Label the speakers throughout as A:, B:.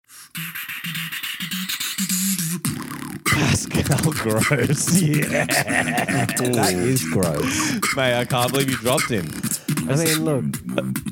A: Pascal Gross.
B: Yeah.
A: that is gross.
B: Mate, I can't believe you dropped him.
A: I mean, look,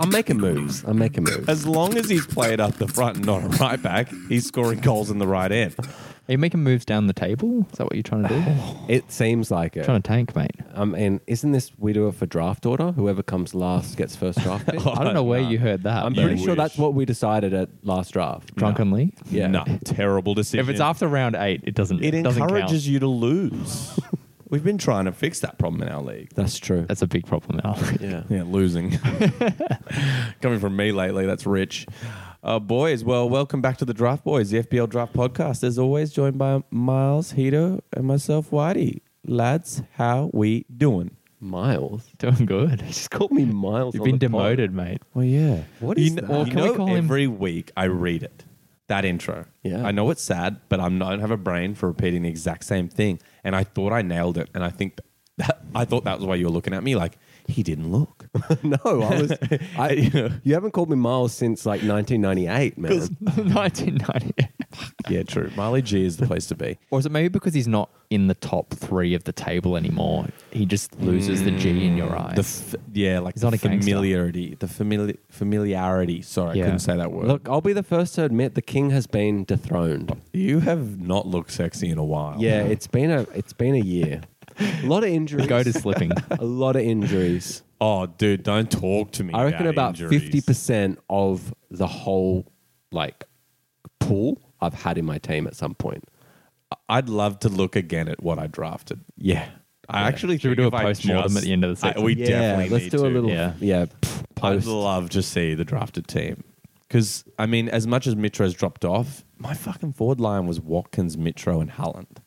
A: I'm making moves. I'm making moves.
B: As long as he's played up the front and not a right back, he's scoring goals in the right end.
C: Are you making moves down the table? Is that what you're trying to do?
A: It seems like it.
C: trying to tank, mate.
A: I mean, isn't this we do it for draft order? Whoever comes last gets first draft pick.
C: I don't know where you heard that.
A: I'm
C: but
A: pretty
B: You
A: sure
B: wish.
A: that's what we decided at last draft.
C: drunkenly.
A: Yeah.
B: Nah, terrible decision.
C: If it's after round eight, it doesn't.
B: it
C: doesn't
B: encourages
C: count.
B: you to lose. We've been trying to fix that problem in our league.
A: That's true.
C: That's a big problem now.
A: Oh, yeah.
B: Yeah, losing. Coming from me lately, that's rich. Uh, boys, well, welcome back to the Draft Boys, the FBL Draft Podcast. As always, joined by Miles, Hito, and myself, Whitey. Lads, how we doing?
A: Miles.
C: Doing good. Just call
A: Call me Miles.
C: You've
A: on
C: been
A: the pod.
C: demoted, mate.
A: Well, yeah. What
B: you
A: is
B: kn-
A: that?
B: Or
C: You
B: can we
C: know,
B: call him- every week I read it, that intro.
A: Yeah.
B: I know it's sad, but I'm not, I don't have a brain for repeating the exact same thing. And I thought I nailed it. And I think that, I thought that was why you were looking at me like, he didn't look.
A: no, I was. I, you haven't called me Miles since like 1998, man.
C: 1990.
B: yeah, true. Marley G is the place to be.
C: Or is it maybe because he's not in the top three of the table anymore? He just loses the G in your eyes.
B: The f- yeah, like
C: He's
B: the
C: not a gangster.
B: familiarity, the famili- familiarity. Sorry, I
C: Yeah.
B: couldn't say that word.
A: Look, I'll be the first to admit the king has been dethroned.
B: you have not looked sexy in a while.
A: Yeah, it's been a it's been a year. A lot of
C: the
A: injuries.
C: goat is slipping.
A: a lot of injuries.
B: Oh, dude, don't talk to me.
A: I reckon about
B: injuries.
A: fifty percent of the whole like pool I've had in my team at some point.
B: I'd love to look again at what I drafted.
A: Yeah.
B: I actually
C: Should we
B: think
C: do a
B: if I
C: post-mortem
B: just-
C: at the end of the
B: I-
C: season?
B: we
A: yeah,
B: definitely
A: let's
B: need
A: do a
B: to.
A: little
C: yeah.
A: yeah, p-
B: I'd
A: post.
B: love to see the drafted team because I mean, as much as Mitro's dropped off, my fucking forward line was Watkins, Mitro, and Halland.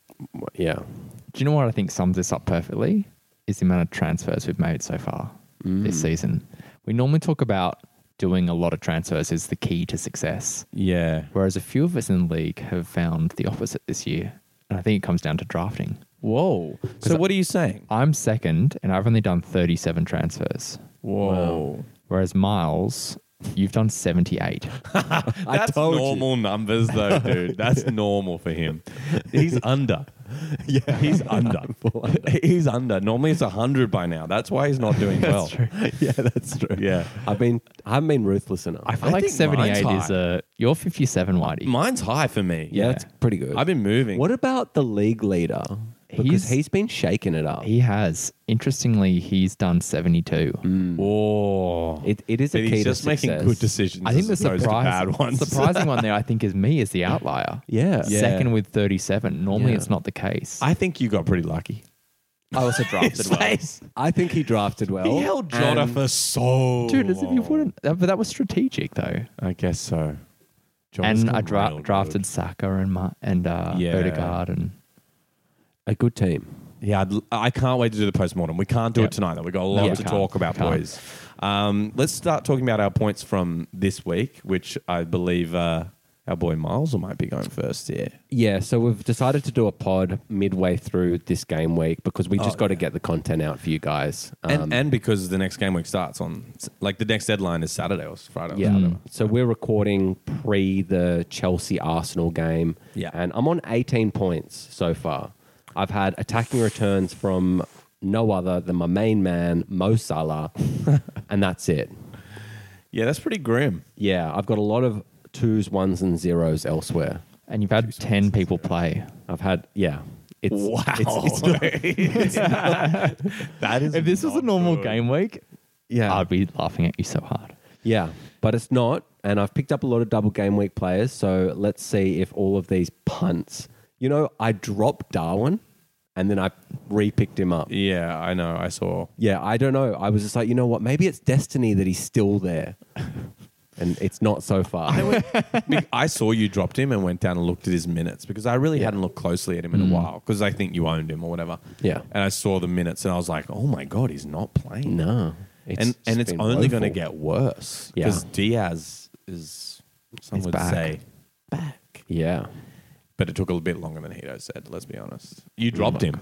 A: yeah.
C: Do you know what I think sums this up perfectly? Is the amount of transfers we've made so far this season. We normally talk about doing a lot of transfers is the key to success,
B: Yeah.
C: whereas a few of us in the league have found the opposite this year. And I think it comes down to drafting.
B: Whoa. So what are you saying?
C: I'm second, and I've only done 37 transfers,
B: Whoa.
C: whereas Miles, you've done 78.
B: That's
A: told you.
B: normal numbers, though, dude. That's normal for him. He's under. Yeah, he's under. he's under. Normally, it's hundred by now. That's why he's not doing well.
A: yeah, that's true.
B: Yeah,
A: I've been I haven't been ruthless enough.
C: I feel
B: I
C: like
B: think
C: 78
B: mine's
C: is a. You're 57, Whitey.
B: mine's high for me.
A: yeah, that's pretty good.
B: I've been moving.
A: What about the league leader? Because
C: He's-
A: he's been shaking it up.
C: he has. Interestingly, he's done 72.
B: Mm. Whoa.
A: it, it is
B: But
A: a key
B: he's
A: to
B: just making
A: success.
B: good decisions.
C: I think the
B: as opposed to
C: surprise,
B: bad ones.
C: surprising one there, I think, is me as the outlier.
A: Yeah.
B: Yeah.
C: Second with 37. Normally,
A: Yeah.
C: it's not the case.
B: I think you got pretty lucky.
A: I also drafted well. I think he drafted well.
B: He held Jota
A: and-
B: for so
C: Oh. Dude, as if you
B: long.
C: wouldn't. That, but that was strategic, though.
B: I guess so. Jota's
C: and
B: got
C: I dra-
B: railroad.
C: drafted Saka and Ma- and uh,
B: Yeah.
C: Odegaard and
A: a good team.
B: Yeah, I'd, I can't wait to do the postmortem. We can't do
C: Yep.
B: it tonight, though. We've got a lot
C: we
B: to
C: can't.
B: talk about,
C: Can't.
B: boys. Um, let's start talking about our points from this week, which I believe uh, our boy Miles might be going first here.
A: Yeah, so we've decided to do a pod midway through this game week because we just
B: Oh,
A: got to
B: yeah.
A: get the content out for you guys.
B: and, and because the next game week starts on, like, the next deadline is Saturday or Friday. or
A: Uh, yeah,
B: Saturday.
A: so we're recording pre the Chelsea Arsenal game.
B: Yeah.
A: and I'm on 18 points so far. I've had attacking returns from no other than my main man Mo Salah, and that's it.
B: Yeah, that's pretty grim.
A: Yeah, I've got a lot of twos, ones, and zeros elsewhere.
C: and you've had 10 people play.
A: I've had yeah. It's, It's, it's not,
B: that is
C: If this was a
B: not
C: normal
B: good.
C: game week,
A: yeah,
B: Uh,
C: I'd be laughing at you so hard.
A: Yeah, but it's not. And I've picked up a lot of double game week players. So let's see if all of these punts. You know, I dropped Darwin and then I re picked him up.
B: Yeah, I know. I saw.
A: Yeah, I don't know. I was just like, you know what? Maybe it's destiny that he's still there. And it's not so far.
B: Bec- I saw you dropped him and went down and looked at his minutes because I really hadn't looked closely at him in a while because I think you owned him or whatever.
A: Yeah.
B: And I saw the minutes and I was like, oh my God, he's not playing.
A: no. It's
B: and
A: just
B: and it's
A: been
B: only going to
A: woeful.
B: get worse
A: Yeah.
B: because Diaz is, some
C: He's
B: would
C: back.
B: say,
A: Yeah.
B: but it took a bit longer than Hito said, let's be honest. You dropped him.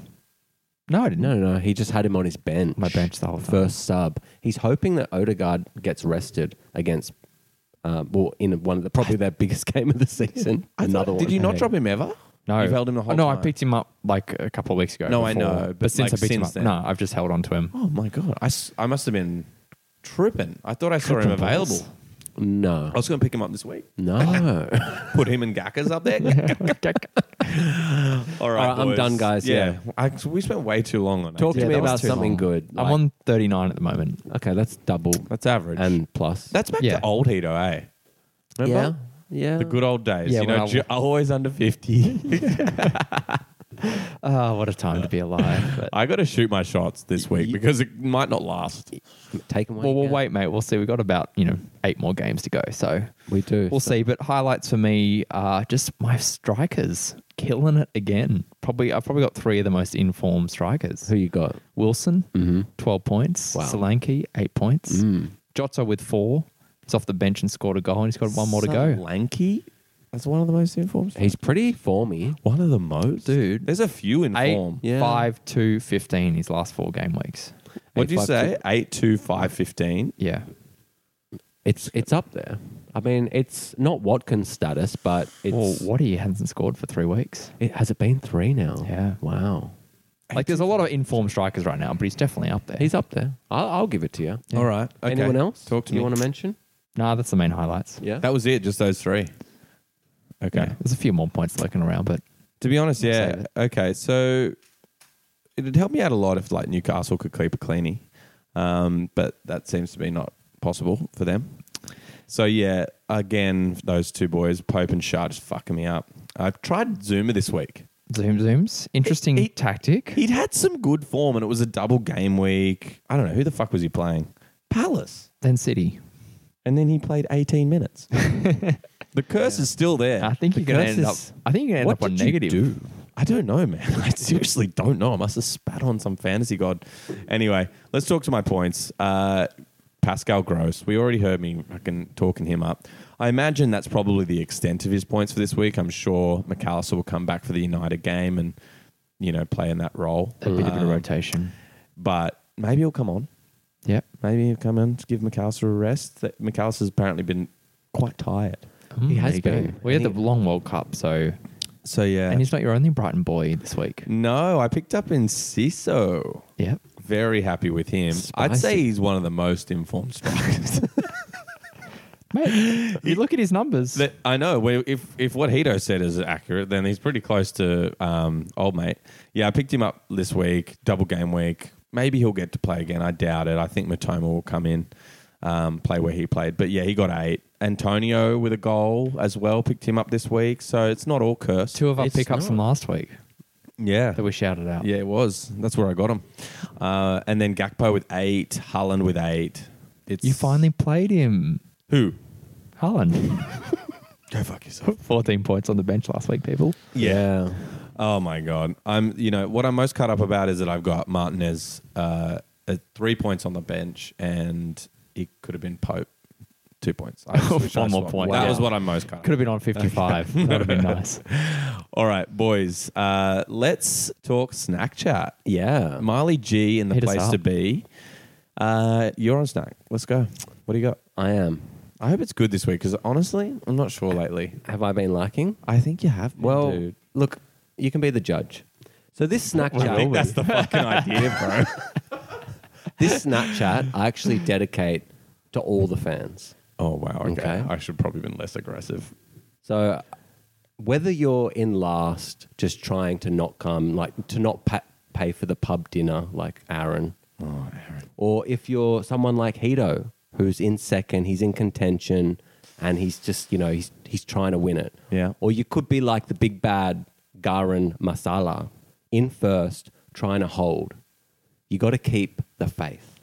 C: No, I didn't.
A: No, no, no. He just had him on his bench.
C: My bench the whole time.
A: First sub. He's hoping that Odegaard gets rested against, uh, well, in one of the probably their biggest game of the season.
B: I thought-
A: Another one.
B: Did you not
C: Okay.
B: drop him ever?
C: No,
B: You've held him the whole
C: No, I
B: time.
C: picked him up like a couple of weeks ago.
B: No, I
C: before,
B: know,
C: but,
B: but,
C: since
B: like,
C: I picked him
B: since
C: up,
B: then.
C: no, I've just held on to him.
B: Oh my god, I, s- I must have been tripping. I thought I saw him
C: Tripping balls.
B: available.
A: No.
B: I was going to pick him up this week.
A: No.
B: Put him and Gackers up there. All right,
A: All right, I'm
B: boys.
A: done, guys. Yeah.
B: I, we spent way too long on
A: Talk
B: it.
A: to me
C: that was
A: about
C: too
A: something
C: long.
A: good.
C: I'm
A: like-
C: on 39 at the moment.
A: Okay, that's double
B: That's average.
A: and plus.
B: that's back
C: Yeah.
B: to old Hito, eh?
A: yeah,
B: Remember?
A: yeah.
B: The good old days.
C: Yeah,
B: you
C: when
B: know,
C: I-
B: ju- always under 50.
C: Oh, what a time to
B: Uh,
C: be alive. But
B: I got to shoot my shots this week because it might not last.
A: Take 'em away.
C: well, we'll
A: yeah.
C: wait, mate. We'll see. We've got about, you know, eight more games to go. So
A: We do.
C: we'll see. But highlights for me are just my strikers killing it again. Probably, I've probably got three of the most informed strikers.
A: Who you got?
C: Wilson, 12 points.
A: Mm. Wow.
C: Solanke, eight points. Jota with four. He's off the bench and scored a goal, and he's got one more to go.
B: Lanky. That's one of the most informed.
A: He's pretty formy.
B: One of the most,
C: Dude.
B: There's a few in
C: Eight,
B: form.
A: Yeah.
C: five, two, 15 his last four game weeks.
B: What do you
A: Eight,
B: say?
A: five,
B: Eight two five fifteen.
C: Yeah.
A: It's it's up there. I mean, it's not Watkins status, but it's
C: Well, Oh, what he hasn't scored for three weeks.
A: it has it been three now.
C: Yeah.
A: Wow.
C: Like, there's a lot of informed strikers right now, but he's definitely up there.
A: He's up there. I'll, I'll give it to you.
B: All right. Okay.
A: Anyone else?
B: Talk to
A: you
B: me.
A: want to mention?
C: nah, that's the main highlights.
A: Yeah.
B: That was it. Just those three. Okay.
C: Yeah, there's a few more points lurking around, but
B: To be honest,
C: Save
B: yeah.
C: it.
B: Okay, so it'd help me out a lot if like Newcastle could keep a cleanie, um, but that seems to be not possible for them. So yeah, again, those two boys, Pope and Shah, just fucking me up. I tried Zuma this week.
C: zoom zooms. Interesting
B: He- he-
C: tactic.
B: He'd had some good form, and it was a double game week. I don't know who the fuck was he playing. Palace,
C: then City.
B: and then he played eighteen minutes. the curse is still there.
C: I think
B: The
C: you're gonna
B: curse
C: end up.
B: is-
C: I think you're gonna end
B: what
C: up on
B: did
C: negative.
B: You do? I don't know, man. I seriously don't know. I must have spat on some fantasy god. Anyway, let's talk to my points. Uh, Pascal Gross. We already heard me fucking talking him up. I imagine that's probably the extent of his points for this week. I'm sure McAllister will come back for the United game and you know play in that role.
C: A bit, a bit
B: Um,
C: of rotation.
B: but maybe he'll come on.
C: Yep.
B: Maybe he'll come in to give McAllister a rest. That McAllister's apparently been quite tired.
C: Mm,
A: has
C: there you go.
A: been.
C: We had
A: And
C: the long World Cup, so
B: So yeah,
C: and he's not your only Brighton boy this week.
B: no, I picked up in CISO.
C: Yep.
B: Very happy with him. I'd
A: Spicy.
B: say he's one of the most informed strikers.
C: Mate, you look at his numbers.
B: That- I know. well, If if what Hito said is accurate, then he's pretty close to um, old mate. Yeah, I picked him up this week, double game week. Maybe he'll get to play again. I doubt it. I think Matoma will come in, um, play where he played. But yeah, he got eight. Antonio with a goal as well. Picked him up this week, so it's not all cursed.
C: Two of our
A: It's
C: pickups from
A: not.
C: last week
B: yeah,
C: that we shouted out.
B: yeah, it was. That's where I got him. Uh, and then Gakpo with eight, Holland with eight. It's
C: You finally played him,
B: who
C: Harlan.
B: go fuck yourself.
C: 14 points on the bench last week, people.
A: yeah.
B: Oh my god. I'm you know what I'm most cut up about is that I've got Martinez uh, at three points on the bench and it could have been Pope two points. I just wish I
C: One more
B: swapped.
C: point.
B: That
C: Wow.
B: was what I'm most cut.
C: Could have been on 55. that would have been nice.
B: up. All right, boys. Uh, let's talk snack chat.
A: Yeah.
B: Marley G in the
C: Hit us
B: place to
C: up.
B: be. Uh, you're on snack. Let's go. What do you got?
A: I am.
B: I hope it's good this week because honestly, I'm not sure lately.
A: Have I been lacking?
B: I think you have. Been,
A: Well,
B: dude.
A: look, you can be the judge. So this snack
B: I
A: chat,
B: think that's the fucking idea,
A: this snack chat, I actually dedicate to all the fans.
B: bro. oh wow. Okay.
A: Okay.
B: I should probably have been less aggressive.
A: So whether you're in last, just trying to not come, like to not pa- pay for the pub dinner, like Aaron,
B: Oh, Aaron.
A: or if you're someone like Hito, who's in second, he's in contention, and he's just you know he's he's trying to win it.
B: Yeah.
A: Or you could be like the big bad Garan Masala, in first, trying to hold. You got to keep the faith.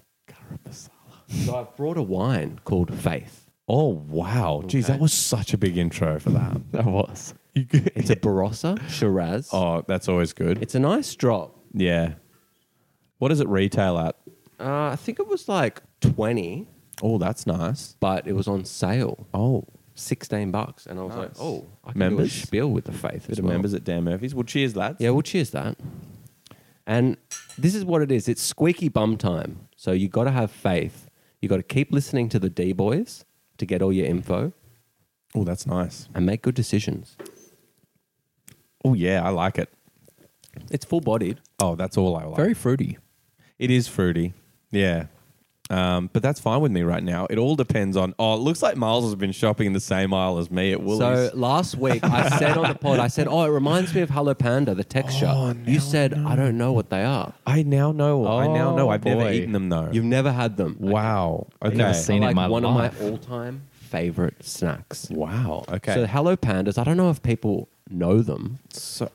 A: So I've brought a wine called Faith.
B: Oh wow, Jeez, that was such a big intro for that.
C: That was.
A: It's a Barossa Shiraz.
B: oh, that's always good.
A: It's a nice drop.
B: yeah. What does it retail at?
A: Uh, I think it was like 20,
B: Oh, that's nice.
A: but it was on sale.
B: Oh,
A: 16 bucks. And I was like,
B: Nice.
A: oh, I can
B: Members?
A: do a spiel with the faith
B: bit
A: as
B: of
A: well.
B: members at Dan Murphy's. Well, cheers, lads.
A: Yeah, well, cheers that. And this is what it is. It's squeaky bum time. So you got to have faith. You got to keep listening to the D boys to get all your info
B: Oh, that's nice.
A: and make good decisions.
B: Oh yeah, I like it.
A: It's full bodied.
B: Oh, that's all I like.
C: Very fruity.
B: It is fruity. Yeah. Um, but that's fine with me right now. It all depends on. Oh, it looks like Miles has been shopping in the same aisle as me at Woolies.
A: So last week I said on the pod, I said, "Oh, it reminds me of Hello Panda, the texture." you said, "I don't know what they are.
B: I now know. I now know.
C: Oh,
B: I've never
C: boy.
B: eaten them though.
A: You've never had them."
B: wow. Okay.
C: never
A: They're
C: Seen it
A: like
C: in my
A: one
C: life.
A: of my all-time favorite snacks.
B: Wow. Okay.
A: So
B: So,
A: Hello Pandas, I don't know if people know them.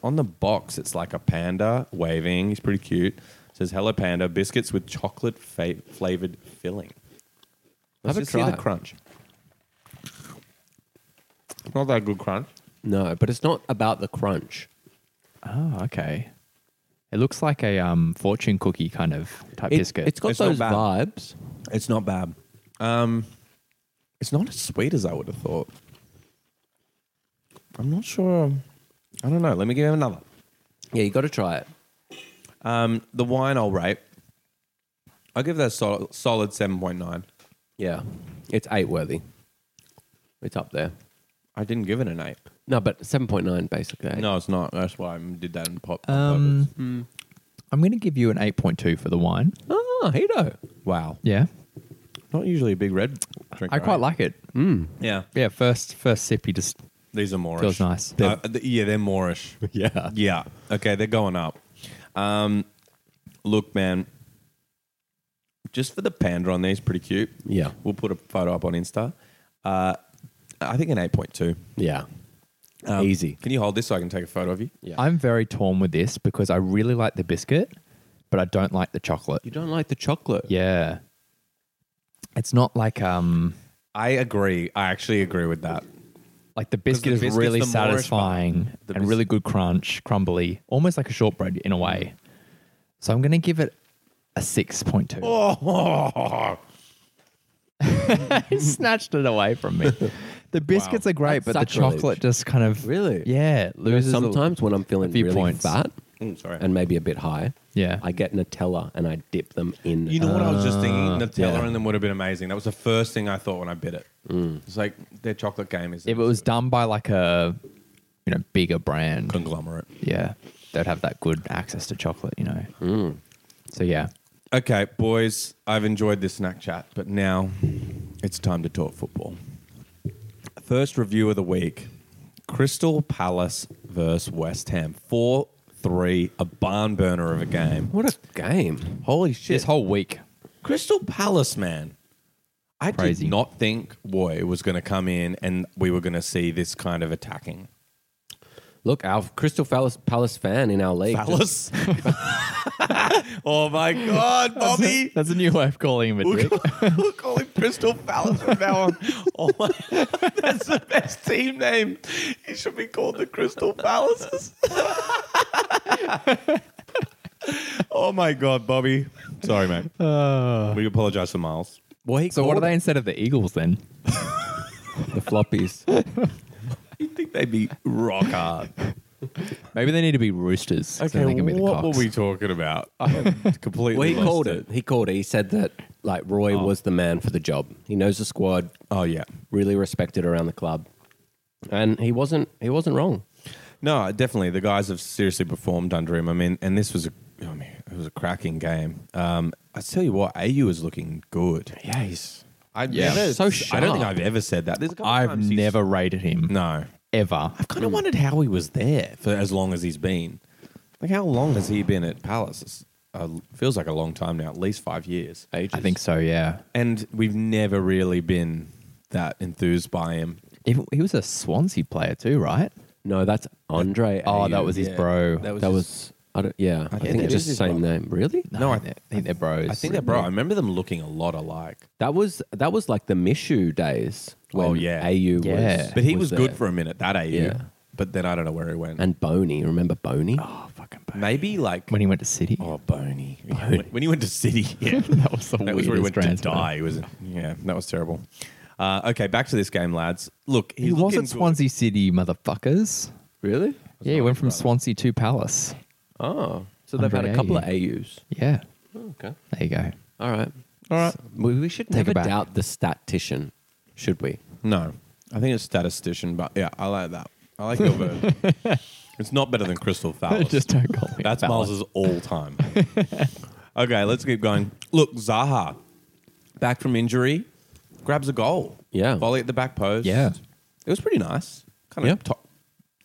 B: on the box, it's like a panda waving. He's pretty cute. It says "Hello Panda" biscuits with chocolate fa- flavored filling. Let's
A: Have a
B: just hear
A: try.
B: the crunch. It's Not that good crunch.
A: No, but it's not about the crunch.
C: Oh, okay. It looks like a um, fortune cookie kind of type
A: It,
C: biscuit.
A: It's got
B: It's not
A: those
B: bad.
A: vibes.
B: It's not bad. Um, it's not as sweet as I would have thought. I'm not sure. I don't know. Let me give him another.
A: Yeah, you got to try it.
B: Um, the wine I'll rate. I'll give that a sol- solid 7.9.
A: Yeah, it's eight worthy. It's up there.
B: I didn't give it an 8.
A: No, but seven point nine eh? basically. eight.
B: No, it's not. That's why I did that in pop.
C: um, I'm going to give you an 8.2 for the wine.
A: Ah, Hito.
B: wow.
C: Yeah.
B: Not usually a big red drink.
C: I quite like it.
A: Hmm.
B: Yeah.
C: Yeah, first first sip, you just
B: These are Moorish.
C: Feels nice.
B: Uh, th- yeah, they're Moorish.
A: Yeah.
B: Yeah. Okay, they're going up. Um, look, man, just for the panda on these, pretty cute.
A: Yeah.
B: We'll put a photo up on Insta. Uh, I think an 8.2.
A: Yeah. Easy.
B: Can you hold this so I can take a photo of you?
A: Yeah.
C: I'm very torn with this because I really like the biscuit, but I don't like the chocolate.
A: you don't like the chocolate.
C: Yeah. It's not like um
B: I agree. I actually agree with that.
C: like
B: 'Cause the
C: the biscuit is
B: biscuit's
C: really
B: the Moorish part.
C: satisfying
B: The
C: and really good crunch, crumbly, almost like a shortbread in a way. So I'm going to give it a 6.2.
B: Oh,
C: He snatched it away from me. The biscuits are great,
A: That's
C: but the
A: sacrilege.
C: chocolate just kind of
A: Really?
C: Yeah, it loses a-
A: Sometimes when I'm feeling
C: few
A: really
C: points.
A: fat
B: Mm, sorry.
A: and maybe a bit high,
C: Yeah.
A: I get Nutella and I dip them in.
B: you know what I was just thinking?
C: Ah,
B: Nutella
A: yeah.
B: and them would have been amazing. That was the first thing I thought when I bit it. It's like their chocolate game is
C: Mm. if it was done by like a you know bigger brand,
B: conglomerate.
C: yeah, they'd have that good access to chocolate, you know.
A: Hmm.
C: So yeah,
B: Okay, boys, I've enjoyed this snack chat, but now it's time to talk football. First review of the week Crystal Palace versus West Ham. 4 3, a barn burner of a game.
A: What a game.
B: Holy shit.
C: this whole week,
B: Crystal Palace, man. I
C: Crazy.
B: did not think Roy was going to come in and we were going to see this kind of attacking.
A: Look, our Crystal Palace, Palace fan in our league. just-
B: Palace? oh my God, Bobby.
C: that's a new way of calling him a
B: We'll
C: dick.
B: call, we'll call him Crystal Palace from now on. Oh my, that's the best team name. He should be called the Crystal Palaces. oh my God, Bobby. Sorry, mate. we apologize for Miles.
A: Well, he
C: So what are
A: called
C: they instead of the Eagles then?
A: The floppies.
B: You think they'd be rock hard?
C: Maybe they need to be Roosters. 'cause then they can be the Cocks.
B: talking about? I completely.
A: well, he
B: lost
A: called it. He called it. He said that like Roy was the man for the job. He knows the squad.
B: Oh yeah.
A: Really respected around the club, and he wasn't. He wasn't wrong.
B: No, definitely. The guys have seriously performed under him. I mean, and this was a, I mean, it was a cracking game. Um, I tell you what, AU is looking good.
A: Yeah, he's
B: I've
C: Yeah.
B: never.
A: So
B: I don't think
A: sharp.
B: I've ever said that. There's a couple
C: I've
B: times he's-
C: never rated him
B: No.
C: ever. Mm,
B: I've kind of wondered how he was there for as long as he's been. Like, how long has he been at Palace? It's, uh, feels like a long time now, at least five years.
A: ages.
C: I think so. Yeah,
B: And we've never really been that enthused by him.
C: If- he was a Swansea player too, right?
A: No, that's Andre.
C: Oh,
A: Ayew.
C: that was his
B: Yeah.
C: bro.
B: That was
A: That
B: his-
A: was. I don't, yeah, I
B: think
A: think it's
B: it
A: just the
B: is his
A: same
B: brother.
A: name. Really?
C: no,
B: no,
C: I,
B: I-
C: th- think they're bros.
B: I think that, bro, I remember them looking a lot alike.
A: That was that was like the Mishu days. When
B: Oh, yeah.
A: AU was.
C: Yeah.
B: But he was,
A: there.
B: good for a minute, that AU.
A: Yeah.
B: But then I don't know where he went.
A: and Boney. Remember Boney?
C: Oh, fucking bro.
B: Maybe like.
C: When he went to City,
B: oh, Boney. Yeah, when- when he went to City. Yeah.
C: that was the
B: That
C: weirdest
B: was where he went
C: transfer.
B: to die. He was yeah, that was terrible. Uh, okay, back to this game, lads. Look, he's
C: He was
B: looking
C: at Swansea City, motherfuckers.
A: Really?
C: Yeah, he went from Swansea to Palace.
A: Oh, so they've had
C: Andre
A: a couple of AUs.
C: Yeah,
A: Okay.
C: there you go.
A: All right.
B: Good. All right.
A: We, we should
C: Take
A: never
C: it back.
A: doubt the statistician, should we?
B: No, I think it's statistician, but yeah, I like that. I like your version. it's not better than Crystal Palace.
C: Just don't call me.
B: That's
C: a ballad.
B: Miles's all time. okay, let's keep going. Look, Zaha, back from injury, grabs a goal.
A: Yeah.
B: Volley at the back post.
A: Yeah.
B: It was pretty nice. Kind of
A: Yeah.
B: top,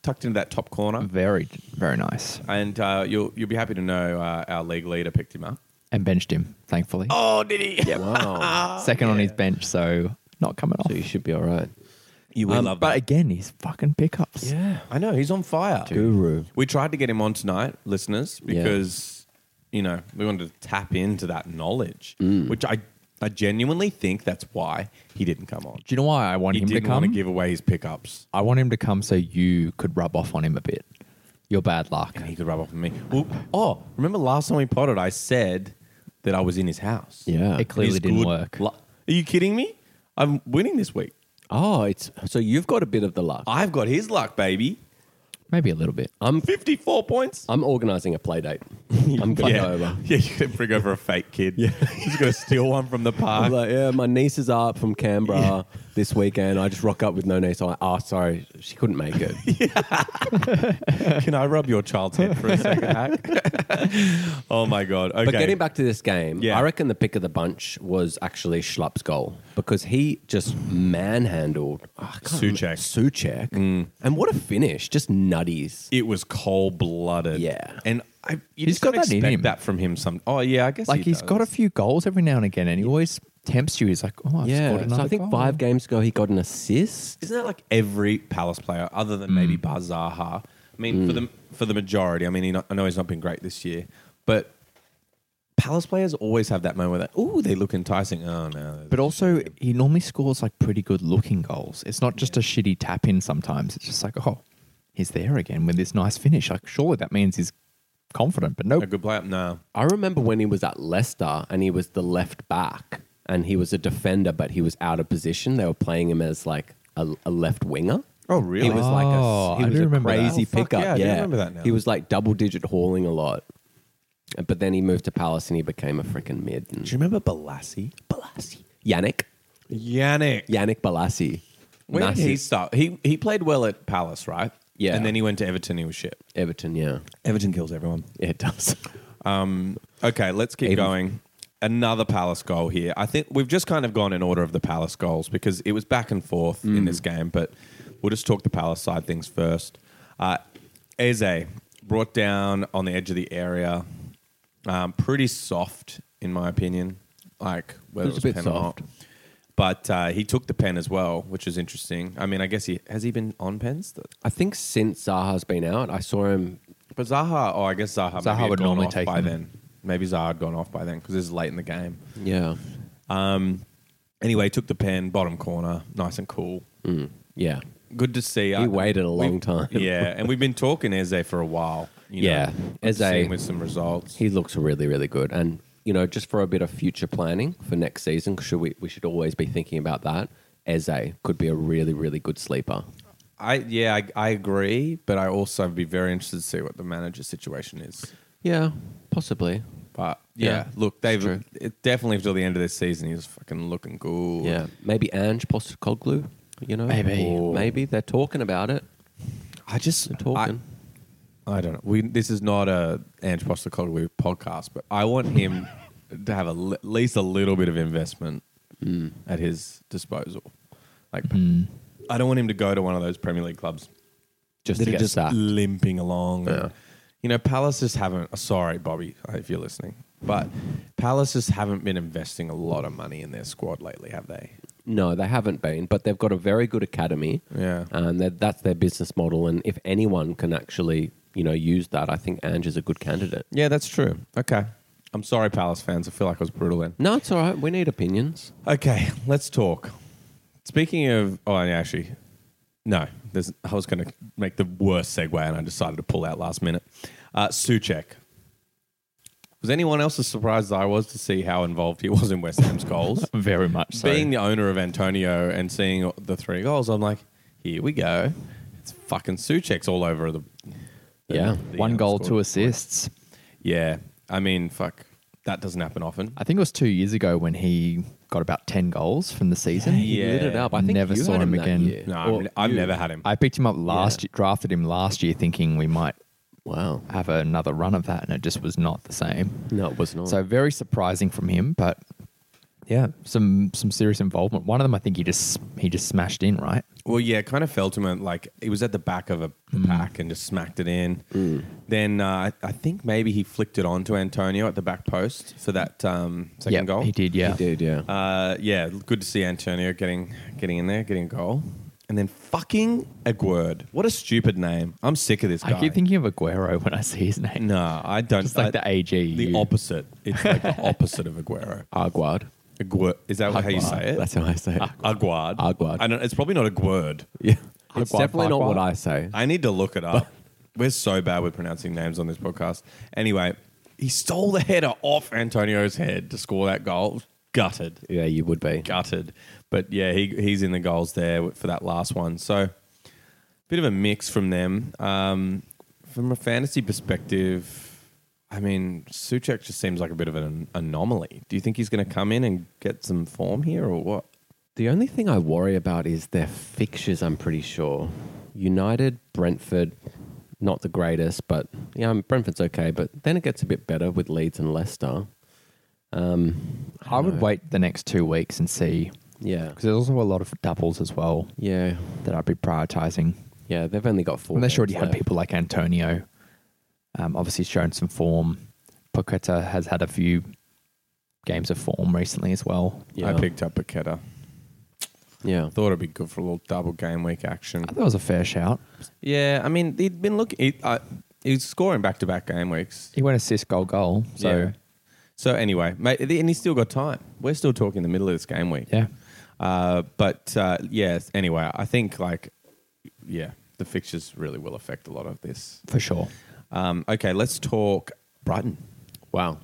B: tucked into that top corner.
C: Very, very nice.
B: And uh, you'll, you'll be happy to know uh, our league leader picked him up.
C: And benched him, thankfully.
B: Oh, did he? Yeah.
A: Wow.
C: Oh, Second on his bench, so not coming off.
A: so you should be all right.
B: You
C: Um,
B: will love
C: but
B: that.
C: again, he's fucking pickups.
B: I know, he's on fire.
A: Guru.
B: We tried to get him on tonight, listeners,
A: Yeah.
B: because you know we wanted to tap into that knowledge,
C: Mm.
B: which I I genuinely think that's why he didn't come on.
C: Do you know why I want
B: He
C: him to
B: didn't want
C: come?
B: to give away his pickups,
C: I want him to come so you could rub off on him a bit. Your bad luck.
B: and he could rub off on me. Well, oh, remember last time we potted, I said that I was in his house.
A: Yeah.
C: It clearly
B: His
C: didn't
B: good
C: work.
B: lu- Are you kidding me? I'm winning this week.
A: Oh, it's so you've got a bit of the luck.
B: I've got his luck, baby.
C: Maybe a little bit.
A: I'm
B: 54 points.
A: I'm organising a play date. I'm going
B: yeah.
A: over.
B: Yeah, you could bring over a fake kid. Yeah. He's going to steal one from the
A: I'm
B: park.
A: like, yeah, my nieces are up from Canberra this weekend. I just rock up with no niece. I'm like, oh, sorry, she couldn't make it.
B: Can I rub your child's head for a second, Hack? oh my god. Okay.
A: But getting back to this game,
B: Yeah.
A: I reckon the pick of the bunch was actually Schlapp's goal because he just manhandled oh, I can't remember-
B: Suchek. Mm.
A: Suchek. And what a finish. Just nutties.
B: it was cold blooded.
A: Yeah.
B: And I you
C: He's
B: just got
C: got
B: that
C: that in
B: expect
C: him.
B: that from him some Oh yeah, I guess
C: Like
B: he
C: he
B: has
C: has got a few goals every now and again, and he always tempts you. He's like, "Oh, I've scored
A: Yeah.
C: another
A: So I think
C: goal."
A: five games ago, he got an assist.
B: Isn't that like every Palace player other than maybe Bar Zaha? I mean for the for the majority. I mean he not, I know he's not been great this year, but Palace players always have that moment that oh they look enticing. Oh no.
C: But also, he normally scores like pretty good looking goals. It's not just a shitty tap in sometimes. It's just like, oh, he's there again with this nice finish. Like, surely that means he's confident, but nope.
B: a good player? No.
A: I remember when he was at Leicester and he was the left back and he was a defender, but he was out of position. They were playing him as like a, a left winger.
B: Oh, really?
A: He was like a,
C: Oh,
A: he
C: I
A: was
C: do
A: a
C: remember that.
A: crazy
B: Oh, fuck,
A: pickup.
B: yeah, I do
A: yeah,
B: remember that now.
A: He was like double digit hauling a lot. But then he moved to Palace and he became a freaking mid.
B: Do
A: And
B: you remember Balassi?
A: Balassi. Yannick.
B: Yannick.
A: Yannick Balassi.
B: When
A: Massive.
B: did he start? He he played well at Palace, right?
A: Yeah.
B: And then he went to Everton. He was shit.
A: Everton, yeah.
B: Everton kills everyone.
A: Yeah, it does.
B: Okay, let's keep
A: Even-
B: going. Another Palace goal here. I think we've just kind of gone in order of the Palace goals because it was back and forth in this game, but we'll just talk the Palace side things first. Uh, Eze brought down on the edge of the area. Um, pretty soft, in my opinion. Like whether
A: It
B: it was,
A: was a bit
B: pen or not.
A: soft.
B: But uh, he took the pen as well, which is interesting. I mean, I guess he has he been on pens?
A: I think since Zaha's been out, I saw him.
B: But Zaha, oh, I guess Zaha, maybe
C: Zaha
B: had
C: would
B: gone
C: normally
B: off
C: take
B: by
C: him.
B: then. Maybe Zaha had gone off by then because it's late in the game.
A: Yeah.
B: Anyway, took the pen, bottom corner, nice and cool.
A: Yeah.
B: Good to see. He
A: waited a long time.
B: Yeah, and we've been talking Eze for a while. You know,
A: Yeah,
B: Good to see
A: Eze-
B: him with some results.
A: He looks really, really good. And, you know, just for a bit of future planning for next season, should we, we should always be thinking about that. Eze could be a really, really good sleeper.
B: I yeah, I, I agree, but I also would be very interested to see what the manager situation is.
A: Yeah, possibly.
B: But yeah,
A: Yeah,
B: look, they've
A: true.
B: it, definitely until the end of this season, he's fucking looking good.
A: Yeah, maybe Ange Postecoglou, you know?
C: Maybe.
A: Or maybe they're talking about it.
B: I just
A: They're talking.
B: I don't know. We this is not a Ange Postecoglou podcast, but I want him to have a li- at least a little bit of investment at his disposal. Like, I don't want him to go to one of those Premier League clubs
A: just
B: that
A: to
B: are
A: get
B: just
A: sacked.
B: limping along.
A: Yeah.
B: You know, Palace just haven't. oh, Sorry, Bobby, if you're listening, but Palace just haven't been investing a lot of money in their squad lately, have they?
A: No, they haven't been, but they've got a very good academy.
B: Yeah.
A: And that that's their business model. And if anyone can actually, you know, use that, I think Ange is a good candidate.
B: Yeah, that's true. Okay, I'm sorry, Palace fans. I feel like I was brutal then.
A: No, it's all right. We need opinions.
B: Okay, let's talk. Speaking of, oh, yeah, actually, no. There's, I was going to make the worst segue, and I decided to pull out last minute. Uh, Suchek. Was anyone else as surprised as I was to see how involved he was in West Ham's goals?
C: Very much so.
B: Being the owner of Antonio and seeing the three goals, I'm like, here we go. It's fucking Suchek's all over the.
A: Yeah.
C: One goal, two assists.
B: Yeah, I mean, fuck, that doesn't happen often.
C: I think it was two years ago when he got about 10 goals from the season.
A: He lit it up. I think
C: Never
A: you
C: saw
A: had
C: him
A: that
C: again.
A: year.
B: No, I
A: Or
B: mean, I've
A: you.
B: never had him.
C: I picked him up last year, drafted him last year thinking we might
A: Wow.
C: have another run of that, and it just was not the same.
A: No, it was not.
C: So very surprising from him, but yeah, some some serious involvement. One of them, I think he just he just smashed in, right?
B: Well, yeah, it kind of fell to him like it was at the back of a
C: Mm.
B: pack and just smacked it in. Then uh, I think maybe he flicked it on to Antonio at the back post for that um, second
C: Yeah,
B: goal.
C: he did. Yeah,
A: he did, yeah.
B: Uh, yeah, good to see Antonio getting getting in there, getting a goal, and then fucking Aguerd. What a stupid name! I'm sick of this
C: I
B: guy.
C: keep thinking of Aguero when I see his name.
B: no, I don't.
C: Just like
B: I-
C: the AG.
B: The opposite. It's like the opposite of Aguero.
A: Arguard.
B: Aguer- is that how you
A: Aguard.
B: say it?
A: Uh, That's how I say it.
B: Aguard.
A: Aguard.
B: I don't, it's probably not Aguerd.
A: Yeah.
C: Arguard,
A: It's definitely not
C: Arguard.
A: what I say.
B: I need to look it up. We're so bad with pronouncing names on this podcast. Anyway, he stole the header off Antonio's head to score that goal. Gutted,
A: Yeah, you would be.
B: gutted. But yeah, he, he's in the goals there for that last one. So, bit of a mix from them. Um, from a fantasy perspective, I mean, Suchek just seems like a bit of an anomaly. Do you think he's going to come in and get some form here or what?
A: The only thing I worry about is their fixtures, I'm pretty sure. United, Brentford, not the greatest, but yeah, um, Brentford's okay, but then it gets a bit better with Leeds and Leicester. Um,
C: I would wait the next two weeks and see
A: yeah.
C: because there's also a lot of doubles as well
A: Yeah.
C: that I'd be prioritizing.
A: Yeah, they've only got four.
C: And they already
A: games
C: had
A: left.
C: people like Antonio. Um, obviously, he's shown some form. Paqueta has had a few games of form recently as well.
A: Yeah.
B: I picked up Paqueta.
A: Yeah.
B: Thought it'd be good for a little double game week action.
C: I thought it was a fair shout.
B: Yeah, I mean, he'd been looking. He, uh, he was scoring back to back game weeks.
C: He went assist, goal, goal. So,
B: So, so anyway, mate, and he's still got time. We're still talking the middle of this game week.
C: yeah.
B: Uh, but uh, yes, anyway, I think like, yeah, the fixtures really will affect a lot of this.
C: for sure.
B: Um, okay, let's talk Brighton.
A: Wow.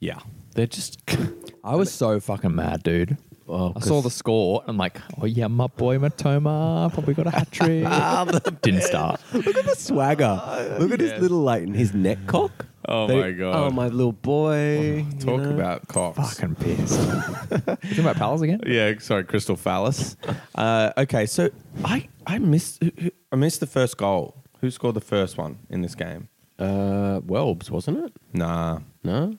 B: Yeah,
A: They're just.
C: I was so fucking mad, dude.
A: Oh,
C: I saw
A: 'cause-
C: the score. I'm like, oh yeah, my boy Matoma probably got a hat trick. Didn't start.
A: Look at the swagger. Look at
B: yes.
A: his little like his neck cock.
B: Oh my God. Oh,
A: Oh my little boy. you
B: talk
A: know?
B: about Cox.
C: Fucking pissed. you talking about Palace again?
B: Yeah, sorry, Crystal Phallus. Uh, okay, so I I missed who- who- I missed the first goal. Who scored the first one in this game?
A: Uh, Welbs, wasn't it?
B: Nah,
A: No.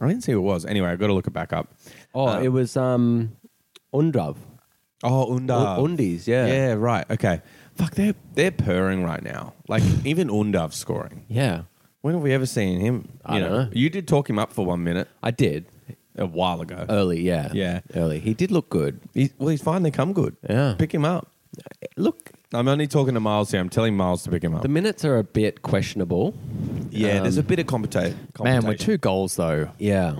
B: I didn't see who it was. Anyway, I've got to look it back up.
A: Oh,
B: Uh,
A: it was um, Undrav.
B: Oh, Undav.
A: Un- Undies, Um, yeah.
B: Yeah, right. Okay. Fuck, they're, they're purring right now. Like, even Undav scoring.
A: Yeah.
B: When have we ever seen him?
A: I don't know.
B: You did talk him up for one minute
A: I did
B: a while ago.
A: early. Yeah.
B: Yeah.
A: Early. He did look good.
B: He's, well, he's finally come good.
A: Yeah.
B: Pick him up.
A: Look,
B: I'm only talking to Miles here. I'm telling Miles to pick him up.
A: the minutes are a bit questionable.
B: yeah, there's a
A: Um,
B: bit of competition.
C: Man, with two goals though,
A: Yeah.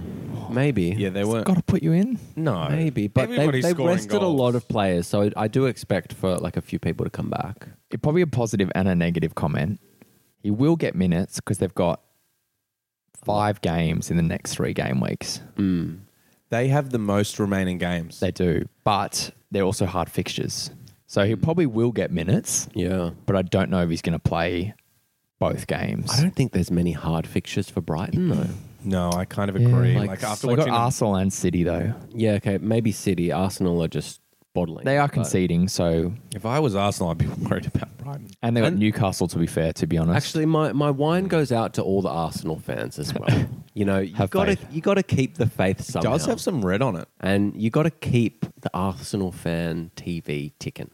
A: Maybe.
B: Yeah, they weren't.
C: got to put you in.
B: no.
A: Maybe, but they,
B: Everybody's
A: they
B: scoring
A: rested a
B: goals.
A: lot of players, so I do expect for like a few people to come back.
C: It probably a positive and a negative comment. He will get minutes because they've got five games in the next three game weeks.
B: They have the most remaining games.
C: They do, but they're also hard fixtures. So he probably will get minutes,
A: Yeah,
C: but I don't know if he's going to play both games.
A: I don't think there's many hard fixtures for Brighton though.
B: no, I kind of
C: Yeah.
B: agree.
A: Like,
B: like, after
C: They
B: watching
C: got
B: them-
C: Arsenal and City though.
A: Yeah, okay, maybe City, Arsenal are just bottling.
C: They are
A: but-
C: conceding, so
B: if I was Arsenal, I'd be worried about Brighton.
C: and they got
A: And-
C: Newcastle. To be fair, to be honest,
A: Actually, my, my wine goes out to all the Arsenal fans as well. you know, you
C: Have
A: got to
C: faith.
A: you got to keep the faith somehow,
B: Does have some red on it.
A: and you got to keep the Arsenal fan TV ticking